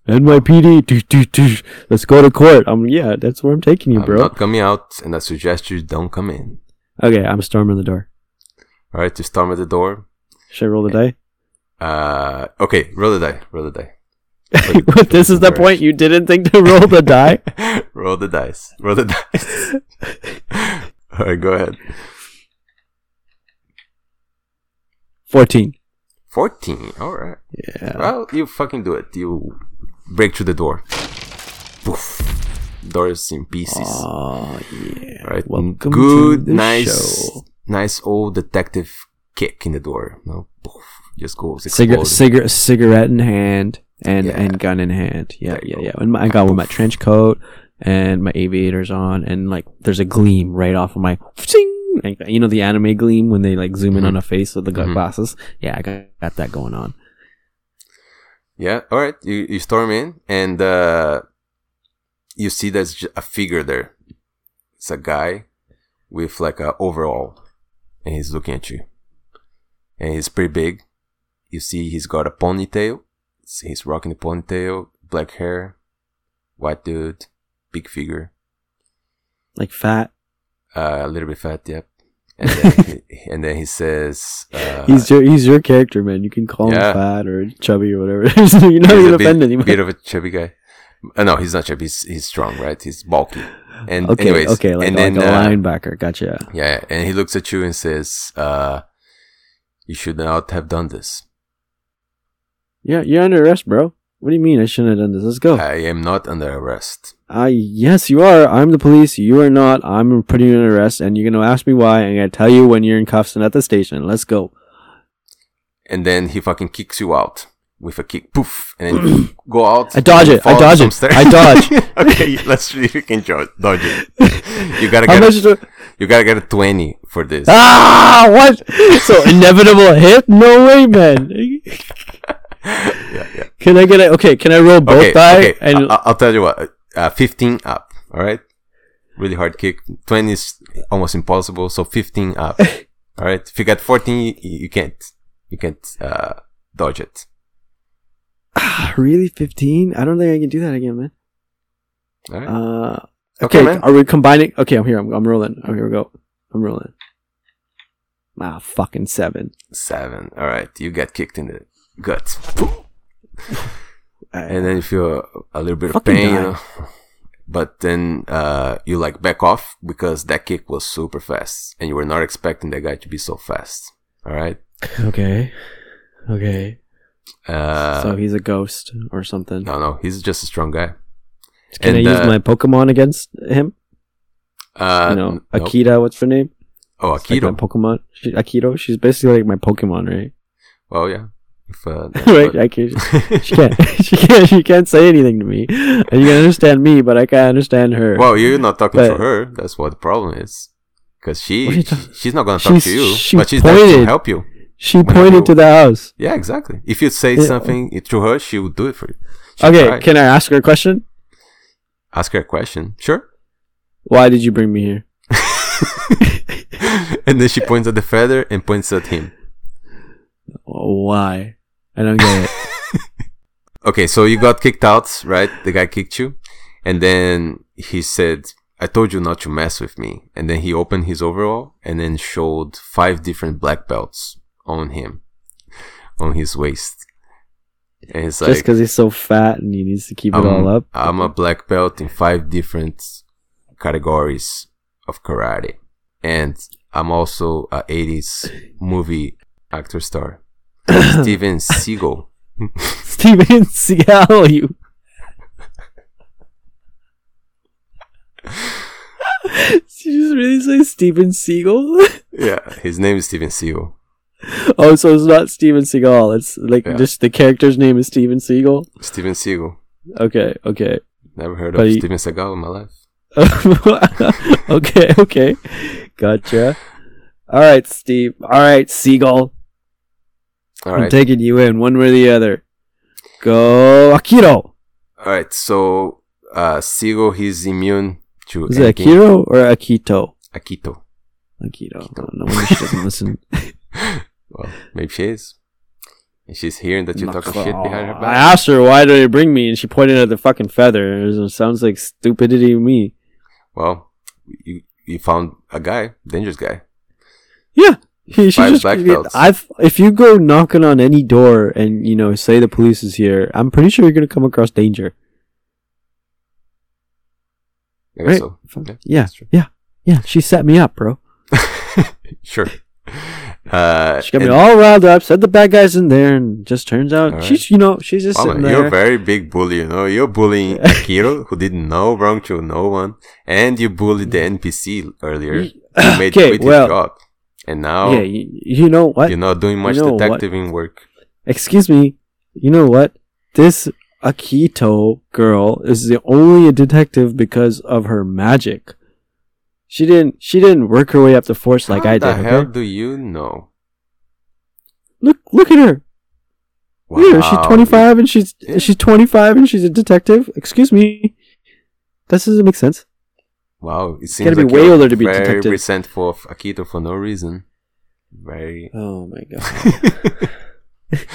NYPD? Do, do, do. Let's go to court. Um, yeah, that's where I'm taking you, I'm bro. not coming out, and I suggest you don't come in. Okay, I'm storming the door. All right, you storm at the door. Should I roll the die? Uh, okay, roll the die. Roll the die. What, this is the point you didn't think to roll the die? roll the dice. Roll the dice. All right, go ahead. 14. Fourteen. All right. Yeah. Well, you fucking do it. You break through the door. Poof. Door is in pieces. Oh, yeah. All right. Welcome Good, to the nice, show. nice old detective kick in the door. No, poof. Just goes. Cigarette, explodes. cigarette, cigarette in hand, and Yeah. and gun in hand. Yeah, There you yeah, go. yeah. And my, I got with my trench coat and my aviators on, and like there's a gleam right off of my. Ting! Like, you know the anime gleam when they like zoom in Mhm. on a face with the Mhm. glasses. Yeah, I got, got that going on. Yeah. All right. You you storm in and uh, you see there's j- a figure there. It's a guy with like a overall, and he's looking at you. And he's pretty big. You see, he's got a ponytail. See, He's rocking the ponytail, black hair, white dude, big figure, like fat. uh, a little bit fat. Yep. And then he, and then he says, uh, he's your he's your character, man. You can call yeah. him fat or chubby or whatever. he's You're not gonna a bit, offend anyone. bit of a chubby guy. Uh, no, he's not chubby. He's, he's strong, right? He's bulky. And okay, anyways, okay, like, and like then a uh, linebacker. Gotcha. Yeah, and he looks at you and says, uh, "You should not have done this. Yeah, you're under arrest, bro. What do you mean I shouldn't have done this? Let's go. I am not under arrest. Uh, yes, you are. I'm the police. You are not. I'm putting you in arrest, and you're gonna ask me why. and I'm gonna tell you when you're in cuffs and at the station. Let's go. And then he fucking kicks you out with a kick, poof, and then you go out. I dodge and it. I fall dodge some it. stairs. I dodge. okay, let's see if you can jo- dodge it. You gotta How get. much? A, do- you gotta get a twenty for this. ah, what? So inevitable hit? No way, man. yeah, yeah. Can I get a okay? Can I roll both Okay, die? okay. And I- I'll tell you what. Uh, Fifteen up. All right. Really hard kick. Twenty is almost impossible. So fifteen up. all right. If you got fourteen, you, you can't. You can't uh, dodge it. uh, really, fifteen? I don't think I can do that again, man. All right. Uh, okay, okay, man. are we combining? Okay, I'm here. I'm, I'm rolling. Oh, here we go. I'm rolling. Ah, fucking seven. Seven. All right. You get kicked in the gut, Uh, and then you feel a little bit of Fucking pain. You die. know? But then uh, you like back off because that kick was super fast, and you were not expecting that guy to be so fast. All right. okay, okay. Uh, so he's a ghost or something. no, no, he's just a strong guy. Can and, I use uh, my Pokemon against him? Uh, you know, nope. Akita. What's her name? Oh, It's like Akito. my Pokemon. She, Akito. She's basically like my Pokemon, right? well, yeah. If, uh, that's right. what- I can, she can't. She can't. She can't say anything to me. And you can understand me, but I can't understand her. well, you're not talking to But- her. That's what the problem is. Because she, What are you she- talking- she's not gonna talk She's- to you, she but she's there to pointed. help you. She When you- pointed to the house. Yeah, exactly. If you say Yeah. something to her, she would do it for you. She'd Okay, try. can I ask her a question? ask her a question. Sure. Why did you bring me here? and then she points at the feather and points at him. Why? I don't get it. Okay, so you got kicked out, right? The guy kicked you, and then he said, "I told you not to mess with me." And then he opened his overall and then showed five different black belts on him, on his waist, and he's Just like, because he's so fat and he needs to keep it all up. I'm a black belt in five different categories of karate, and I'm also a '80s movie actor star, Steven Seagal." Steven Seagal, you. Did you just really say Steven Seagal? Yeah, his name is Steven Seagal. oh, so it's not Steven Seagal. It's like Yeah. just the character's name is Steven Seagal. Steven Seagal. Okay, okay. Never heard But of he- Steven Seagal in my life. okay, okay. Gotcha. All right, Steve. All right, Seagull. All I'm right. taking you in one way or the other. Go Akiro. All right. So uh, Seagal, he's immune to Is it anything. Akiro or Akito? Akito. Akito. No, no wonder she doesn't listen. Well, maybe she is. And she's hearing that you're talking shit behind her Oh, I back. asked her why did they bring me, and she pointed at the fucking feather. It was- sounds like stupidity to me. Well, you you found a guy, dangerous guy. Yeah. He, she Five just, black belts. I've, if you go knocking on any door and you know say the police is here, I'm pretty sure you're gonna come across danger. I guess Right. so. Fuck. that's true. yeah, yeah. She set me up, bro. Sure. Uh, She got me and- all riled up. Said the bad guys in there, and just turns out All right. she's, you know, she's just Wow, sitting man, you're a there. very big bully, you know. You're bullying Akiro, who did no wrong to no one, and you bullied the NPC earlier. You made Okay, quit well- his job, and now yeah, you, you know what? you're not doing much You know what? detectiving work. Excuse me. You know what? This Akito girl is the only detective because of her magic. She didn't. She didn't work her way up the force like How I did. the hell Okay? do you know? Look! Look at her. Look at her. Wow. She's twenty five and she's Yeah. she's twenty five and she's a detective. Excuse me. That doesn't make sense. Wow, it seems gotta be like way you're older to be very detective. resentful of Akito for no reason. Very. Oh my god.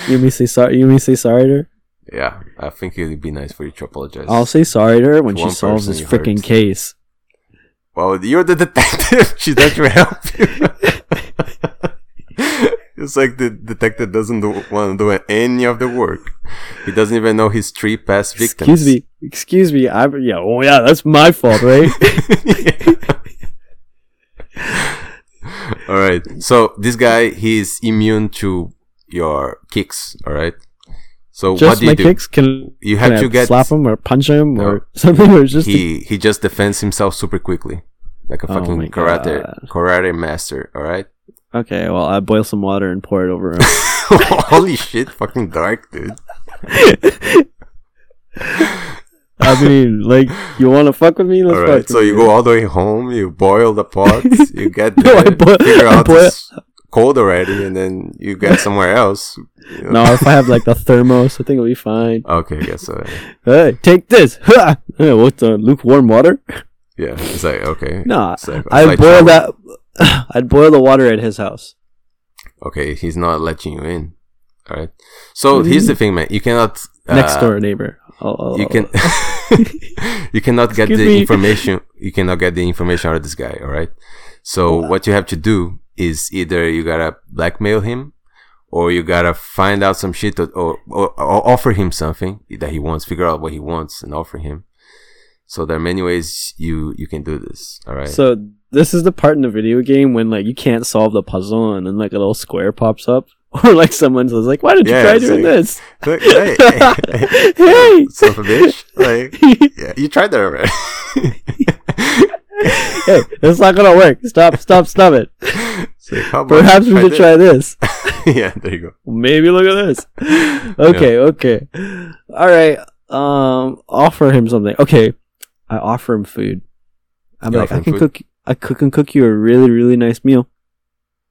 you mean say sorry? You mean say sorry to her? Yeah, I think it'd be nice for you to apologize. I'll say sorry to her when To she one solves person this you hurt. freaking case. well, you're the detective. She's not trying to help you. it's like the detective doesn't do, want to do any of the work. He doesn't even know his three past victims. Excuse me. Excuse me. I yeah. Oh yeah. That's my fault, right? all right. So this guy, he's immune to your kicks. All right. So what just do you my do? kicks can. You have can I to get- slap him or punch him No. or something. Or just to- he he just defends himself super quickly, like a Oh fucking my karate God. karate master. All right. okay. Well, I boil some water and pour it over him. Holy shit! Fucking dark, dude. I mean, like, you want to fuck with me? Let's All fuck right. So with you me. go all the way home. You boil the pots. you get No, I there, boil- figure I out boil- it's cold already, and then you get somewhere else. you know. No, if I have like the thermos, I think it'll be fine. Okay, I guess so. Hey, take this. Ha! Hey, what's uh, lukewarm water? Yeah, it's like okay. No, it's like a I'd slight boil shower. that. I'd boil the water at his house. Okay, he's not letting you in. All right. So here's the thing, man. You cannot uh, Mm-hmm. Next door neighbor. I'll, I'll- You can. you cannot get Excuse the me. information. You cannot get the information out of this guy. All right. So what you have to do is either you gotta blackmail him, or you gotta find out some shit, or or, or, or offer him something that he wants. Figure out what he wants and offer him. So there are many ways you you can do this. All right. So this is the part in the video game when like you can't solve the puzzle and then like a little square pops up, or like someone's like, "Why did you Yeah, try it's doing like- this?" Like, hey, hey, hey, Hey! son of a bitch! Like, yeah, you tried that already. hey, it's not gonna work. Stop! Stop! Stop it. It's like, how about Perhaps you we should try this. this? yeah, there you go. Maybe look at this. Okay, okay. All right. Um offer him something. Okay. I offer him food. I'm You like offer I him can food? cook I cook can cook you a really really nice meal.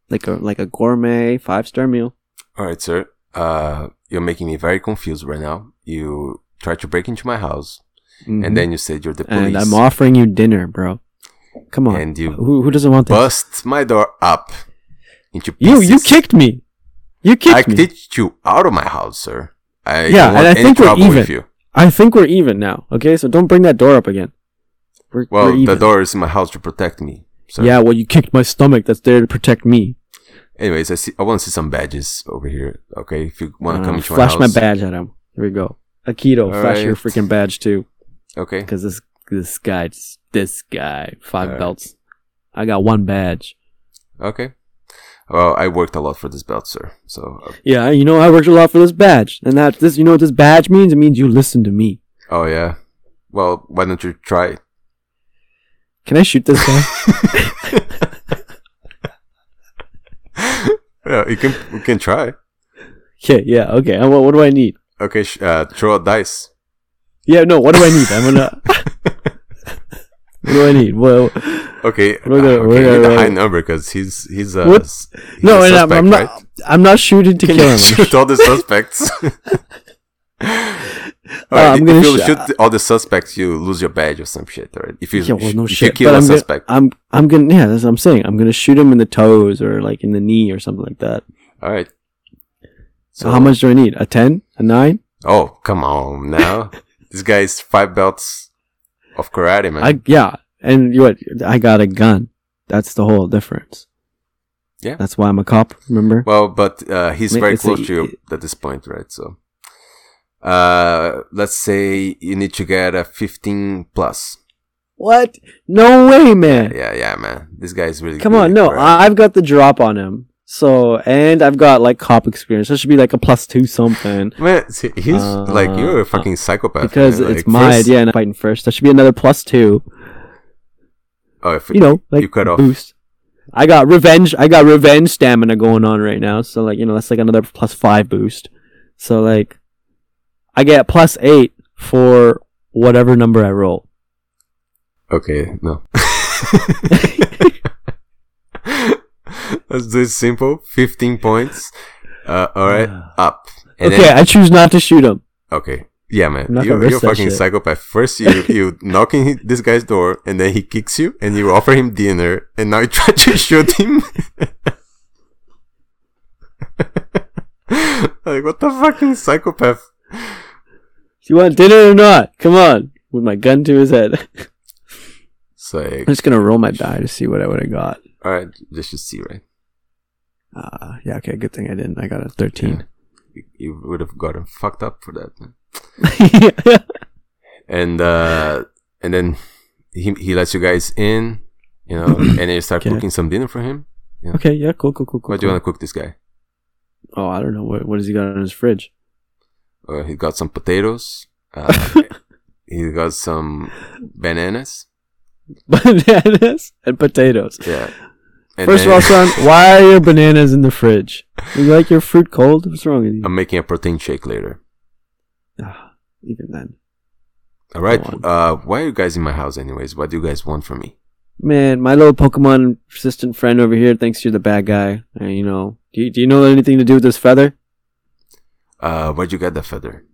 Like a like a gourmet five-star meal. All right, sir. Uh, you're making me very confused right now. You tried to break into my house, and then you said you're the Mhm. police. And I'm offering you dinner, bro. Come on. And you who, who doesn't want this? Bust my door up into you pieces. you kicked me. You kicked I me. kicked you out of my house, sir. I Yeah, don't want and I any think we're trouble even. with you. I think we're even now. Okay? So don't bring that door up again. We're, Well, we're even. the door is in my house to protect me. Sir. Yeah, well you kicked my stomach. That's there to protect me. Anyways, I see. I want to see some badges over here. Okay, if you want Uh, to come into flash my my house. badge at him. Here we go. Akito, All flash your right. freaking badge too, Okay. because this this guy, just- this guy, five All right. belts. I got one badge. Okay. Well, I worked a lot for this belt, sir. So, uh, Yeah, you know I worked a lot for this badge, and that this, you know what this badge means? It means you listen to me. oh yeah. Well, why don't you try it? Can I shoot this guy? Yeah, you can you can try. okay, yeah, okay. And what, what do I need? Okay, sh- uh, throw a dice. Yeah, no, what do I need? I'm gonna. what do I need? Well, Okay, uh, We're gonna- okay, we're you need gonna a high roll. number because he's he's a What? s- he's no, a and I'm, suspect, I'm not. right? I'm not shooting to Can kill you him. shoot all the suspects. Alright, Uh, if I'm gonna you sh- shoot all the suspects, you lose your badge or some shit. Right? If you Yeah, well, sh- no if shit. you kill but a I'm gonna- suspect, I'm I'm gonna yeah, that's what I'm saying. I'm gonna shoot him in the toes or like in the knee or something like that. all right. So how much do I need? A ten? A nine? Oh come on now, this guy's five belts of karate man. I yeah. And you what? I got a gun. That's the whole difference. Yeah. That's why I'm a cop. Remember? Well, but uh, he's Ma- very it's a- close to you at this point, right? So, uh, let's say you need to get a 15 plus. what? No way, man. Yeah, yeah, man. This guy is really Come good on, at no. karate. I- I've got the drop on him. So and I've got like cop experience. That should be like a plus two something. man, see, he's Uh, like you're a fucking psychopath. Because man. uh, Like, it's my first- idea and I'm fighting first. That should be another plus two. Oh, if, you know, like you cut off. boost. I got revenge. I got revenge stamina going on right now. So like you know, that's like another plus five boost. So like, I get plus eight for whatever number I roll. Okay, no. let's do it simple. 15 points. Uh, all right, up. And okay, then- I choose not to shoot him. Okay. Yeah, man. I'm not You, gonna risk you're a that fucking shit. psychopath. First, you you knocking this guy's door, and then he kicks you, and you offer him dinner, and now you try to shoot him. like what the fucking psychopath? you want dinner or not? Come on. With my gun to his head. It's like, I'm just gonna roll my die to see what I would have got. all right, let's just see, right? Uh, yeah, okay, good thing I didn't. I got a 13. You, you would have gotten fucked up for that. Man. yeah. And uh, and then he he lets you guys in, you know, and then you start Okay. cooking some dinner for him. Okay, yeah, cool, cool, cool, cool. What do you cool. want to cook this guy? Oh, I don't know. What, what has he got in his fridge? Uh, he got some potatoes. Uh, he got some bananas. bananas and potatoes. Yeah. And First of then- all, son, why are your bananas in the fridge? You like your fruit cold? What's wrong with you? I'm making a protein shake later. Ah, even then. All right. on. Uh, why are you guys in my house, anyways? What do you guys want from me? Man, my little Pokemon persistent friend over here thinks you're the bad guy. And, you know, do you, do you know anything to do with this feather? Uh, where'd you get the feather?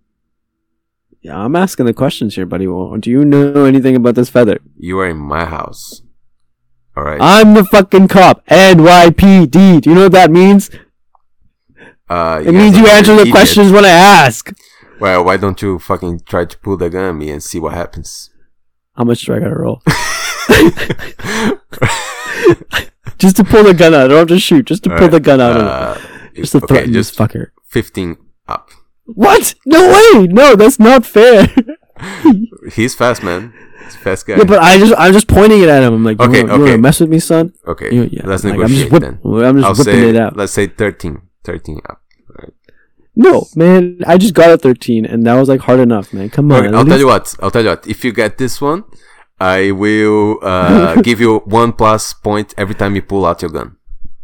Yeah, I'm asking the questions here, buddy. Well, do you know anything about this feather? You are in my house. All right. I'm the fucking cop. NYPD. Do you know what that means? Uh, It means guys you are answer the idiots. questions when I ask. Well, why don't you fucking try to pull the gun at me and see what happens? How much do I gotta roll? just to pull the gun out. I don't have to shoot. Just to All pull right, the gun out. of Uh, it. Just to okay, threaten just this fucking. fifteen up. What? No way! No, that's not fair. He's fast, man. He's a fast guy. yeah, but I just I'm just pointing it at him. I'm like, you, Okay, wanna, you okay. wanna mess with me, son? okay, You, yeah. let's like, I'm negotiate just, whip- then. I'm just I'll whipping say, it out. let's say 13. 13 up. No, man, I just got a 13, and that was like hard enough, man. Come on. Okay, at I'll tell least- you what. I'll tell you what. If you get this one, I will uh, give you one plus point every time you pull out your gun.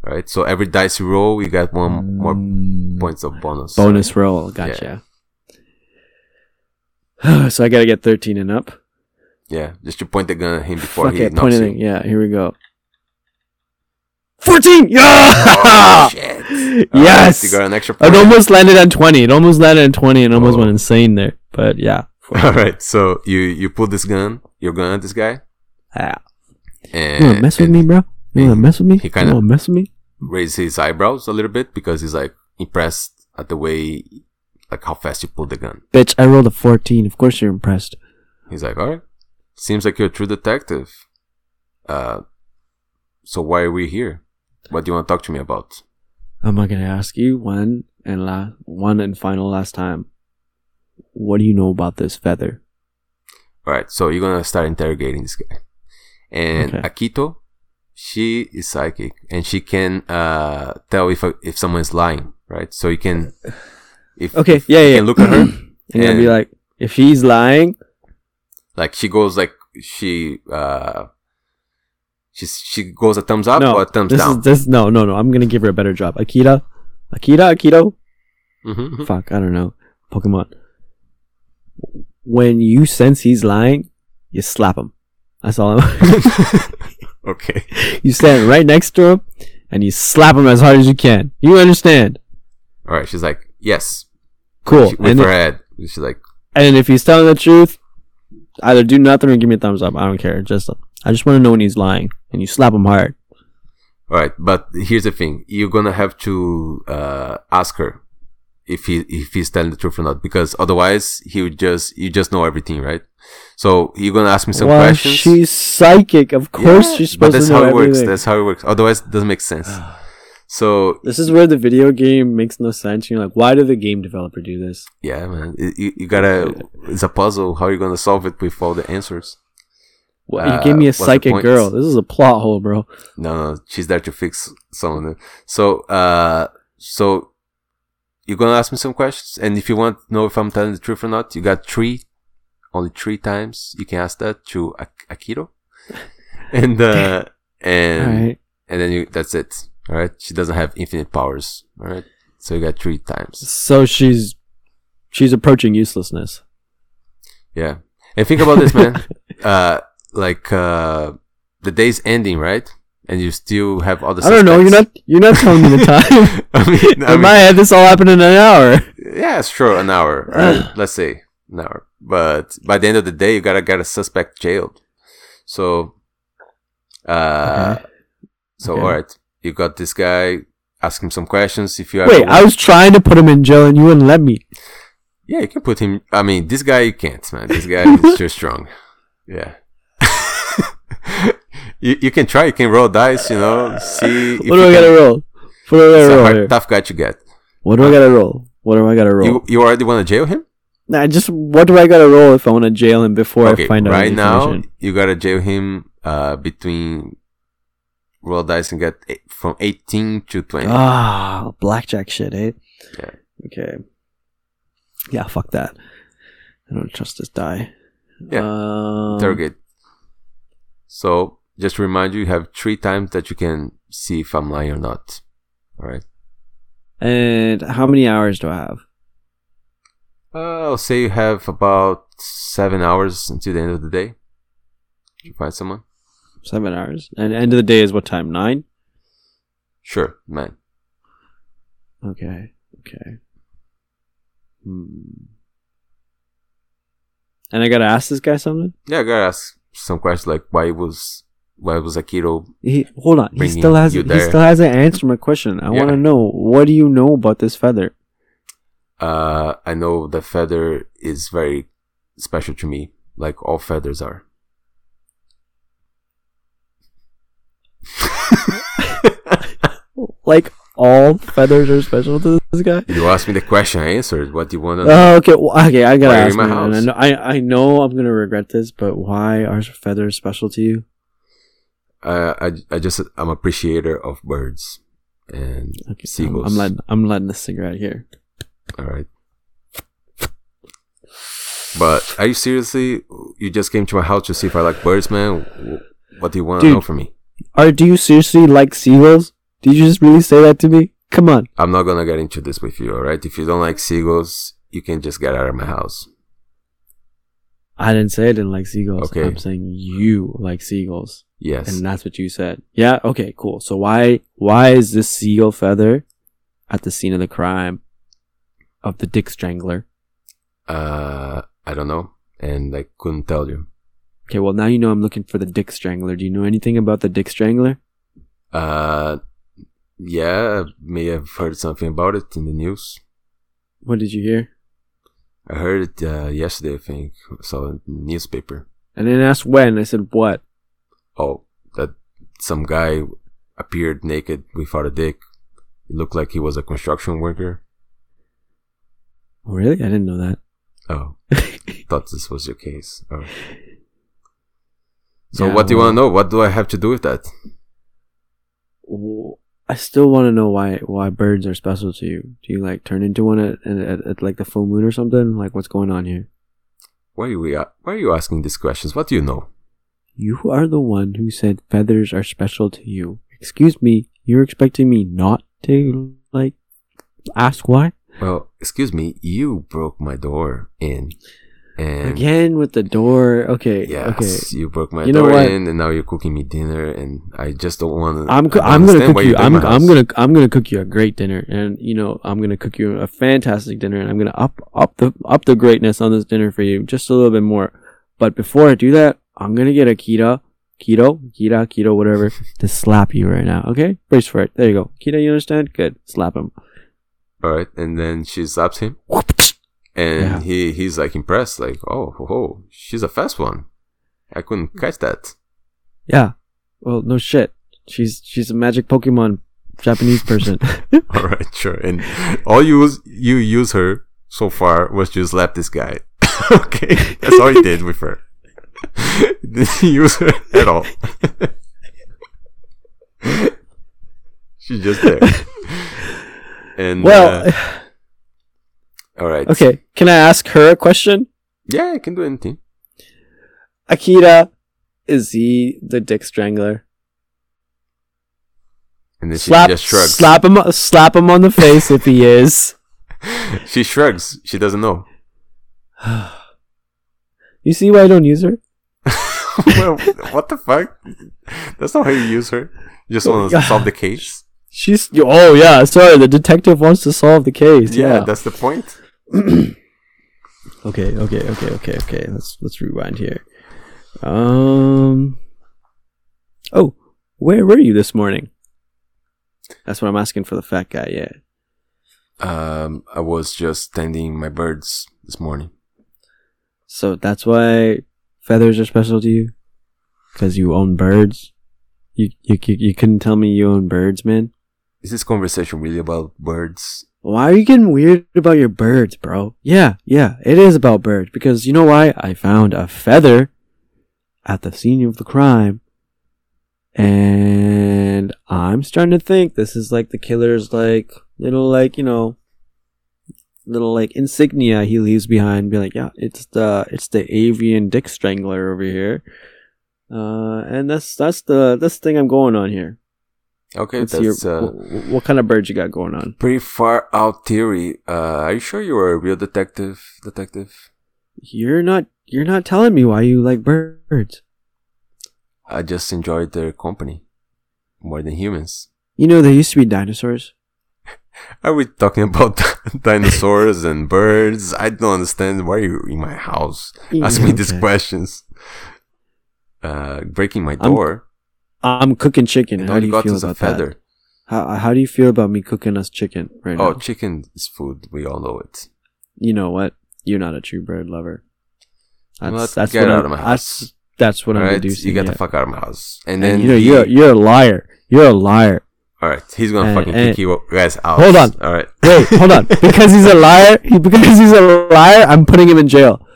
All right. So every dice you roll, you get one more points of bonus. Mm. bonus roll. Gotcha. so I gotta get 13 and up. Yeah. Just to point the gun at him before Fuck he it, point knocks it you. in. Yeah, here we go. 14! Yeah! Oh, shit. All right, Ah! yes! you got an extra point. It almost landed on 20. It almost landed on 20 and almost Oh. went insane there. But yeah. All right. So you you pull this gun, your gun at this guy, Ah. and You wanna mess with and me, bro? You wanna and mess with me? he kinda- You wanna mess with me? raise his eyebrows a little bit because he's like impressed at the way, like how fast you pull the gun. Bitch, I rolled a 14. Of course you're impressed. He's like, all right, seems like you're a true detective. Uh, so why are we here? What do you want to talk to me about? I'm not gonna ask you one and la- one and final last time. What do you know about this feather? All right, so you're gonna start interrogating this guy. And Okay. Akito, she is psychic, and she can uh, tell if if someone's lying, right? So you can, if Okay, if yeah, you yeah. can look at her. And I'll be And- like, if he's lying, like she goes like she uh, she she goes a thumbs up no, or a thumbs this down. is this. No, no, no. I'm gonna give her a better job. Akita, Akita, Akito. Mhm, mhm. Fuck, I don't know. Pokemon. When you sense he's lying, you slap him. That's all. I'm Okay. you stand right next to him, and you slap him as hard as you can. You understand? All right. She's like, yes. Cool. She- with and her if, head. She's like, and if he's telling the truth, either do nothing or give me a thumbs up. I don't care. Just I just want to know when he's lying, and you slap him hard. All right, but here's the thing: you're gonna have to uh, ask her if he if he's telling the truth or not, because otherwise he would just you just know everything, right? So you're gonna ask me some well, questions. she's psychic. Of Yeah, course, she's but supposed that's to know how it works. everything. That's how it works. Otherwise, it doesn't make sense. So This is where the video game makes no sense. You're like, why did the game developer do this? yeah, man, it- you, you gotta. It's a puzzle. How are you gonna solve it with all the answers? Well, Uh, you gave me a what's the psychic point? girl. This is a plot hole, bro. No, no, she's there to fix some of them. So, uh, so you're gonna ask me some questions, and if you want to know if I'm telling the truth or not, you got three, only three times you can ask that to Ak- Akiro, and uh, All and right. and then you that's it. All right, she doesn't have infinite powers. All right, so you got three times. So she's she's approaching uselessness. Yeah, and think about this, man. uh, like uh, the day's ending, right? And you still have all the. I don't know. You're not suspects. you're not telling me the time. I mean, I In mean, my head, this all happened in an hour. Yeah, sure, an hour. right? Let's say an hour. But by the end of the day, you gotta get a suspect jailed. So, uh, so Okay. all right, you got this guy. Ask him some questions if you ever Wait, I want- was trying to put him in jail and you wouldn't let me. Yeah, you can put him. I mean, this guy you can't, man. This guy is too strong. Yeah. you, you can try. You can roll dice. You know, see. What do I gotta roll? What do I It's gotta a roll? hard, here? tough guy to get. What do I gotta roll? What do I gotta roll? You you already want to jail him? nah, just what do I gotta roll if I want to jail him before I find out right his now information? you gotta jail him uh, between roll dice and get eight, from eighteen to twenty. Ah, blackjack shit, eh? Yeah. Okay. Yeah, fuck that. I don't trust this die. Yeah. Um, Interrogate. So just to remind you, you have three times that you can see if I'm lying or not. All right. And how many hours do I have? Uh, I'll say you have about seven hours until the end of the day to find someone. Seven hours. And end of the day is what time? Nine. Sure, man. Okay. Okay. Hmm. And I gotta ask this guy something. Yeah, I gotta ask some questions like why was why was Akito He hold on. He Bringing still has. you He there. still hasn't answered my question. I Yeah. want to know what do you know about this feather? Uh, I know the feather is very special to me, like all feathers are. Like all feathers are special to this guy. You asked me the question, I answered. What do you want to know? Oh, okay. Well, okay, I Uh-huh. Why gotta are you ask. in my now, and I house? know, I, I know I'm gonna regret this, but why are feathers special to you? Uh, I, I just, I'm appreciator of birds and Okay, I'm, seagulls. I'm letting I'm letting this cigarette here. All right. But are you seriously? You just came to my house to see if I like birds, man. Wh- What do you want to Dude. know from me? Are do you seriously like seagulls? Did you just really say that to me? Come on. I'm not gonna get into this with you, all right? If you don't like seagulls, you can just get out of my house. I didn't say I didn't like seagulls. Okay. I'm saying you like seagulls, Yes. and that's what you said. Yeah. Okay. Cool. So why why is this seagull feather at the scene of the crime of the dick strangler? Uh, I don't know, and I couldn't tell you. Okay. Well, now you know I'm looking for the dick strangler. Do you know anything about the dick strangler? Uh, yeah, I may have heard something about it in the news. What did you hear? I heard it uh, yesterday, I think. Saw it in the newspaper. And then asked when. I said what? Oh, that some guy appeared naked without a dick. It looked like he was a construction worker. Oh, really? I didn't know that. Oh, thought this was your case. Oh. So, Yeah, what do you well- want to know? What do I have to do with that? W- I still want to know why why birds are special to you. Do you like turn into one at, at, at, at like the full moon or something? Like what's going on here? Why are, we, a- why are you asking these questions? What do you know? You are the one who said feathers are special to you. Excuse me, you're expecting me not to like ask why? Well, excuse me, you broke my door in. And Again with the door. Okay. Okay. Mm. Yes, you broke my You know door what? in, and now you're cooking me dinner, and I just don't want to. I'm co- I'm gonna cook you. I'm I'm gonna I'm gonna cook you a great dinner, and you know I'm gonna cook you a fantastic dinner, and I'm gonna up up the up the greatness on this dinner for you just a little bit more. But before I do that, I'm gonna get a keto, keto, keto, keto, whatever, to slap you right now. Okay, brace for it. There you go, keto. You understand? Good. Slap him. All right, and then she slaps him, and Yeah. he he's like impressed, like, oh, ho, ho, she's a fast one. I couldn't catch that. Yeah. Well, no shit. She's she's a magic Pokemon Japanese person. All right, sure. And all you use you use her so far was to slap this guy. okay, that's all you did with her. Didn't use her at all. She's just there. And well, uh, all right. okay. Can I ask her a question? Yeah, I can do anything. Akira, is he the dick strangler? And then Slap, she just shrugs. slap him, slap him on the face if he is. She shrugs. She doesn't know. You see why I don't use her? well, what the fuck? That's not how you use her. You just want to solve the case. She's oh yeah, sorry. The detective wants to solve the case. Yeah, Yeah. that's the point. okay, okay, okay, okay, okay. Let's let's rewind here. Um. Oh, where were you this morning? That's what I'm asking for the fat guy. Yeah. Um, I was just tending my birds this morning. So that's why feathers are special to you, because you own birds. You, you you you couldn't tell me you own birds, man. Is this conversation really about birds? Why are you getting weird about your birds, bro? Yeah, yeah, it is about birds because you know why? I found a feather at the scene of the crime, and I'm starting to think this is like the killer's like little like you know little like insignia he leaves behind. Be like, yeah, it's the it's the avian dick strangler over here, uh, and that's that's the that's the thing I'm going on here. Okay, Let's see your, that's uh, wh- wh- what kind of birds you got going on. pretty far out theory. Uh, are you sure you were a real detective? Detective? You're not you're not telling me why you like birds. I just enjoyed their company more than humans. You know there used to be dinosaurs. Are we talking about dinosaurs and birds? I don't understand. Why are you in my house? Ask me these Okay. questions. Uh, breaking my I'm- door. I'm cooking chicken. and How all do you got feel is a about that? feather. How how do you feel about me cooking us chicken right Oh, now? chicken is food. We all know it. You know what? You're not a true bird lover. That's Let's that's get what out I'm, of my That's, that's what All I'm right, deducing. you get yeah. the fuck out of my house. And And then you know the- you're you're a liar. You're a liar. all right, he's gonna and- fucking and- kick you guys out. Hold on. All right. Wait, hold on. Because he's a liar. He, because he's a liar. I'm putting him in jail.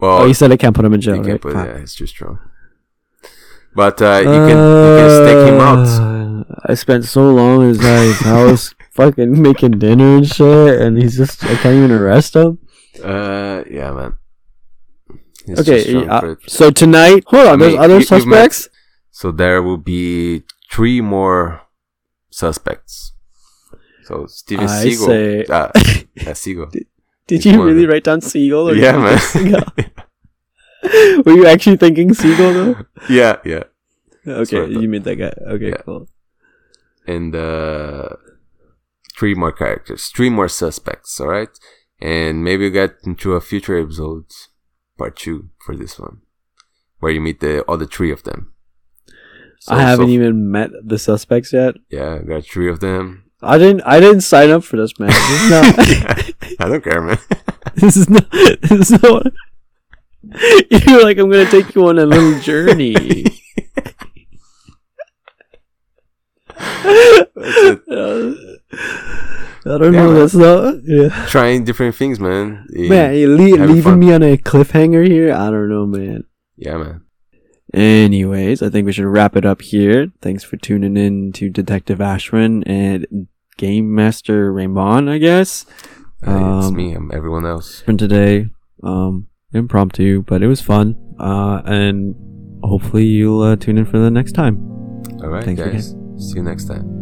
Well, Oh, you said I can't put him in jail. you can't right? put Fuck. yeah, it's too strong. But uh, you can you can stake him out. Uh, I spent so long in this guy's house fucking making dinner and shit, and he's just, I can't even arrest him. Uh, yeah, man. He's too okay, strong uh, for it. so tonight, hold on, I there's mean, other you- you met- suspects? So there will be three more suspects. So Steven I Seagal. say- Uh, yeah, Seagal. Did you you met- really write down Seagull? Or Yeah, man. Seagull? Were you actually thinking Seagull, though? yeah, yeah. what Okay, I thought. you made that guy. Okay, Yeah. cool. and uh, three more characters, three more suspects. All right, and maybe we get into a future episode, part two for this one, where you meet the other three of them. So- I haven't so- even met the suspects yet. Yeah, I got three of them. I didn't. I didn't sign up for this, man. This is not. I don't care, man. this is not. This is not. You're like, I'm gonna take you on a little journey. That's Uh, I don't Yeah, know. man. That's not. Yeah. it. Trying different things, man. Yeah, Man, you le- having leaving fun. me on a cliffhanger here. I don't know, man. yeah, man. Anyways, I think we should wrap it up here. Thanks for tuning in to Detective Ashwin and Game Master Raymond. I guess Uh, it's Um, me. I'm everyone else. for today, um, impromptu, but it was fun. Uh, and hopefully you'll uh, tune in for the next time. All right, thanks guys. See you next time.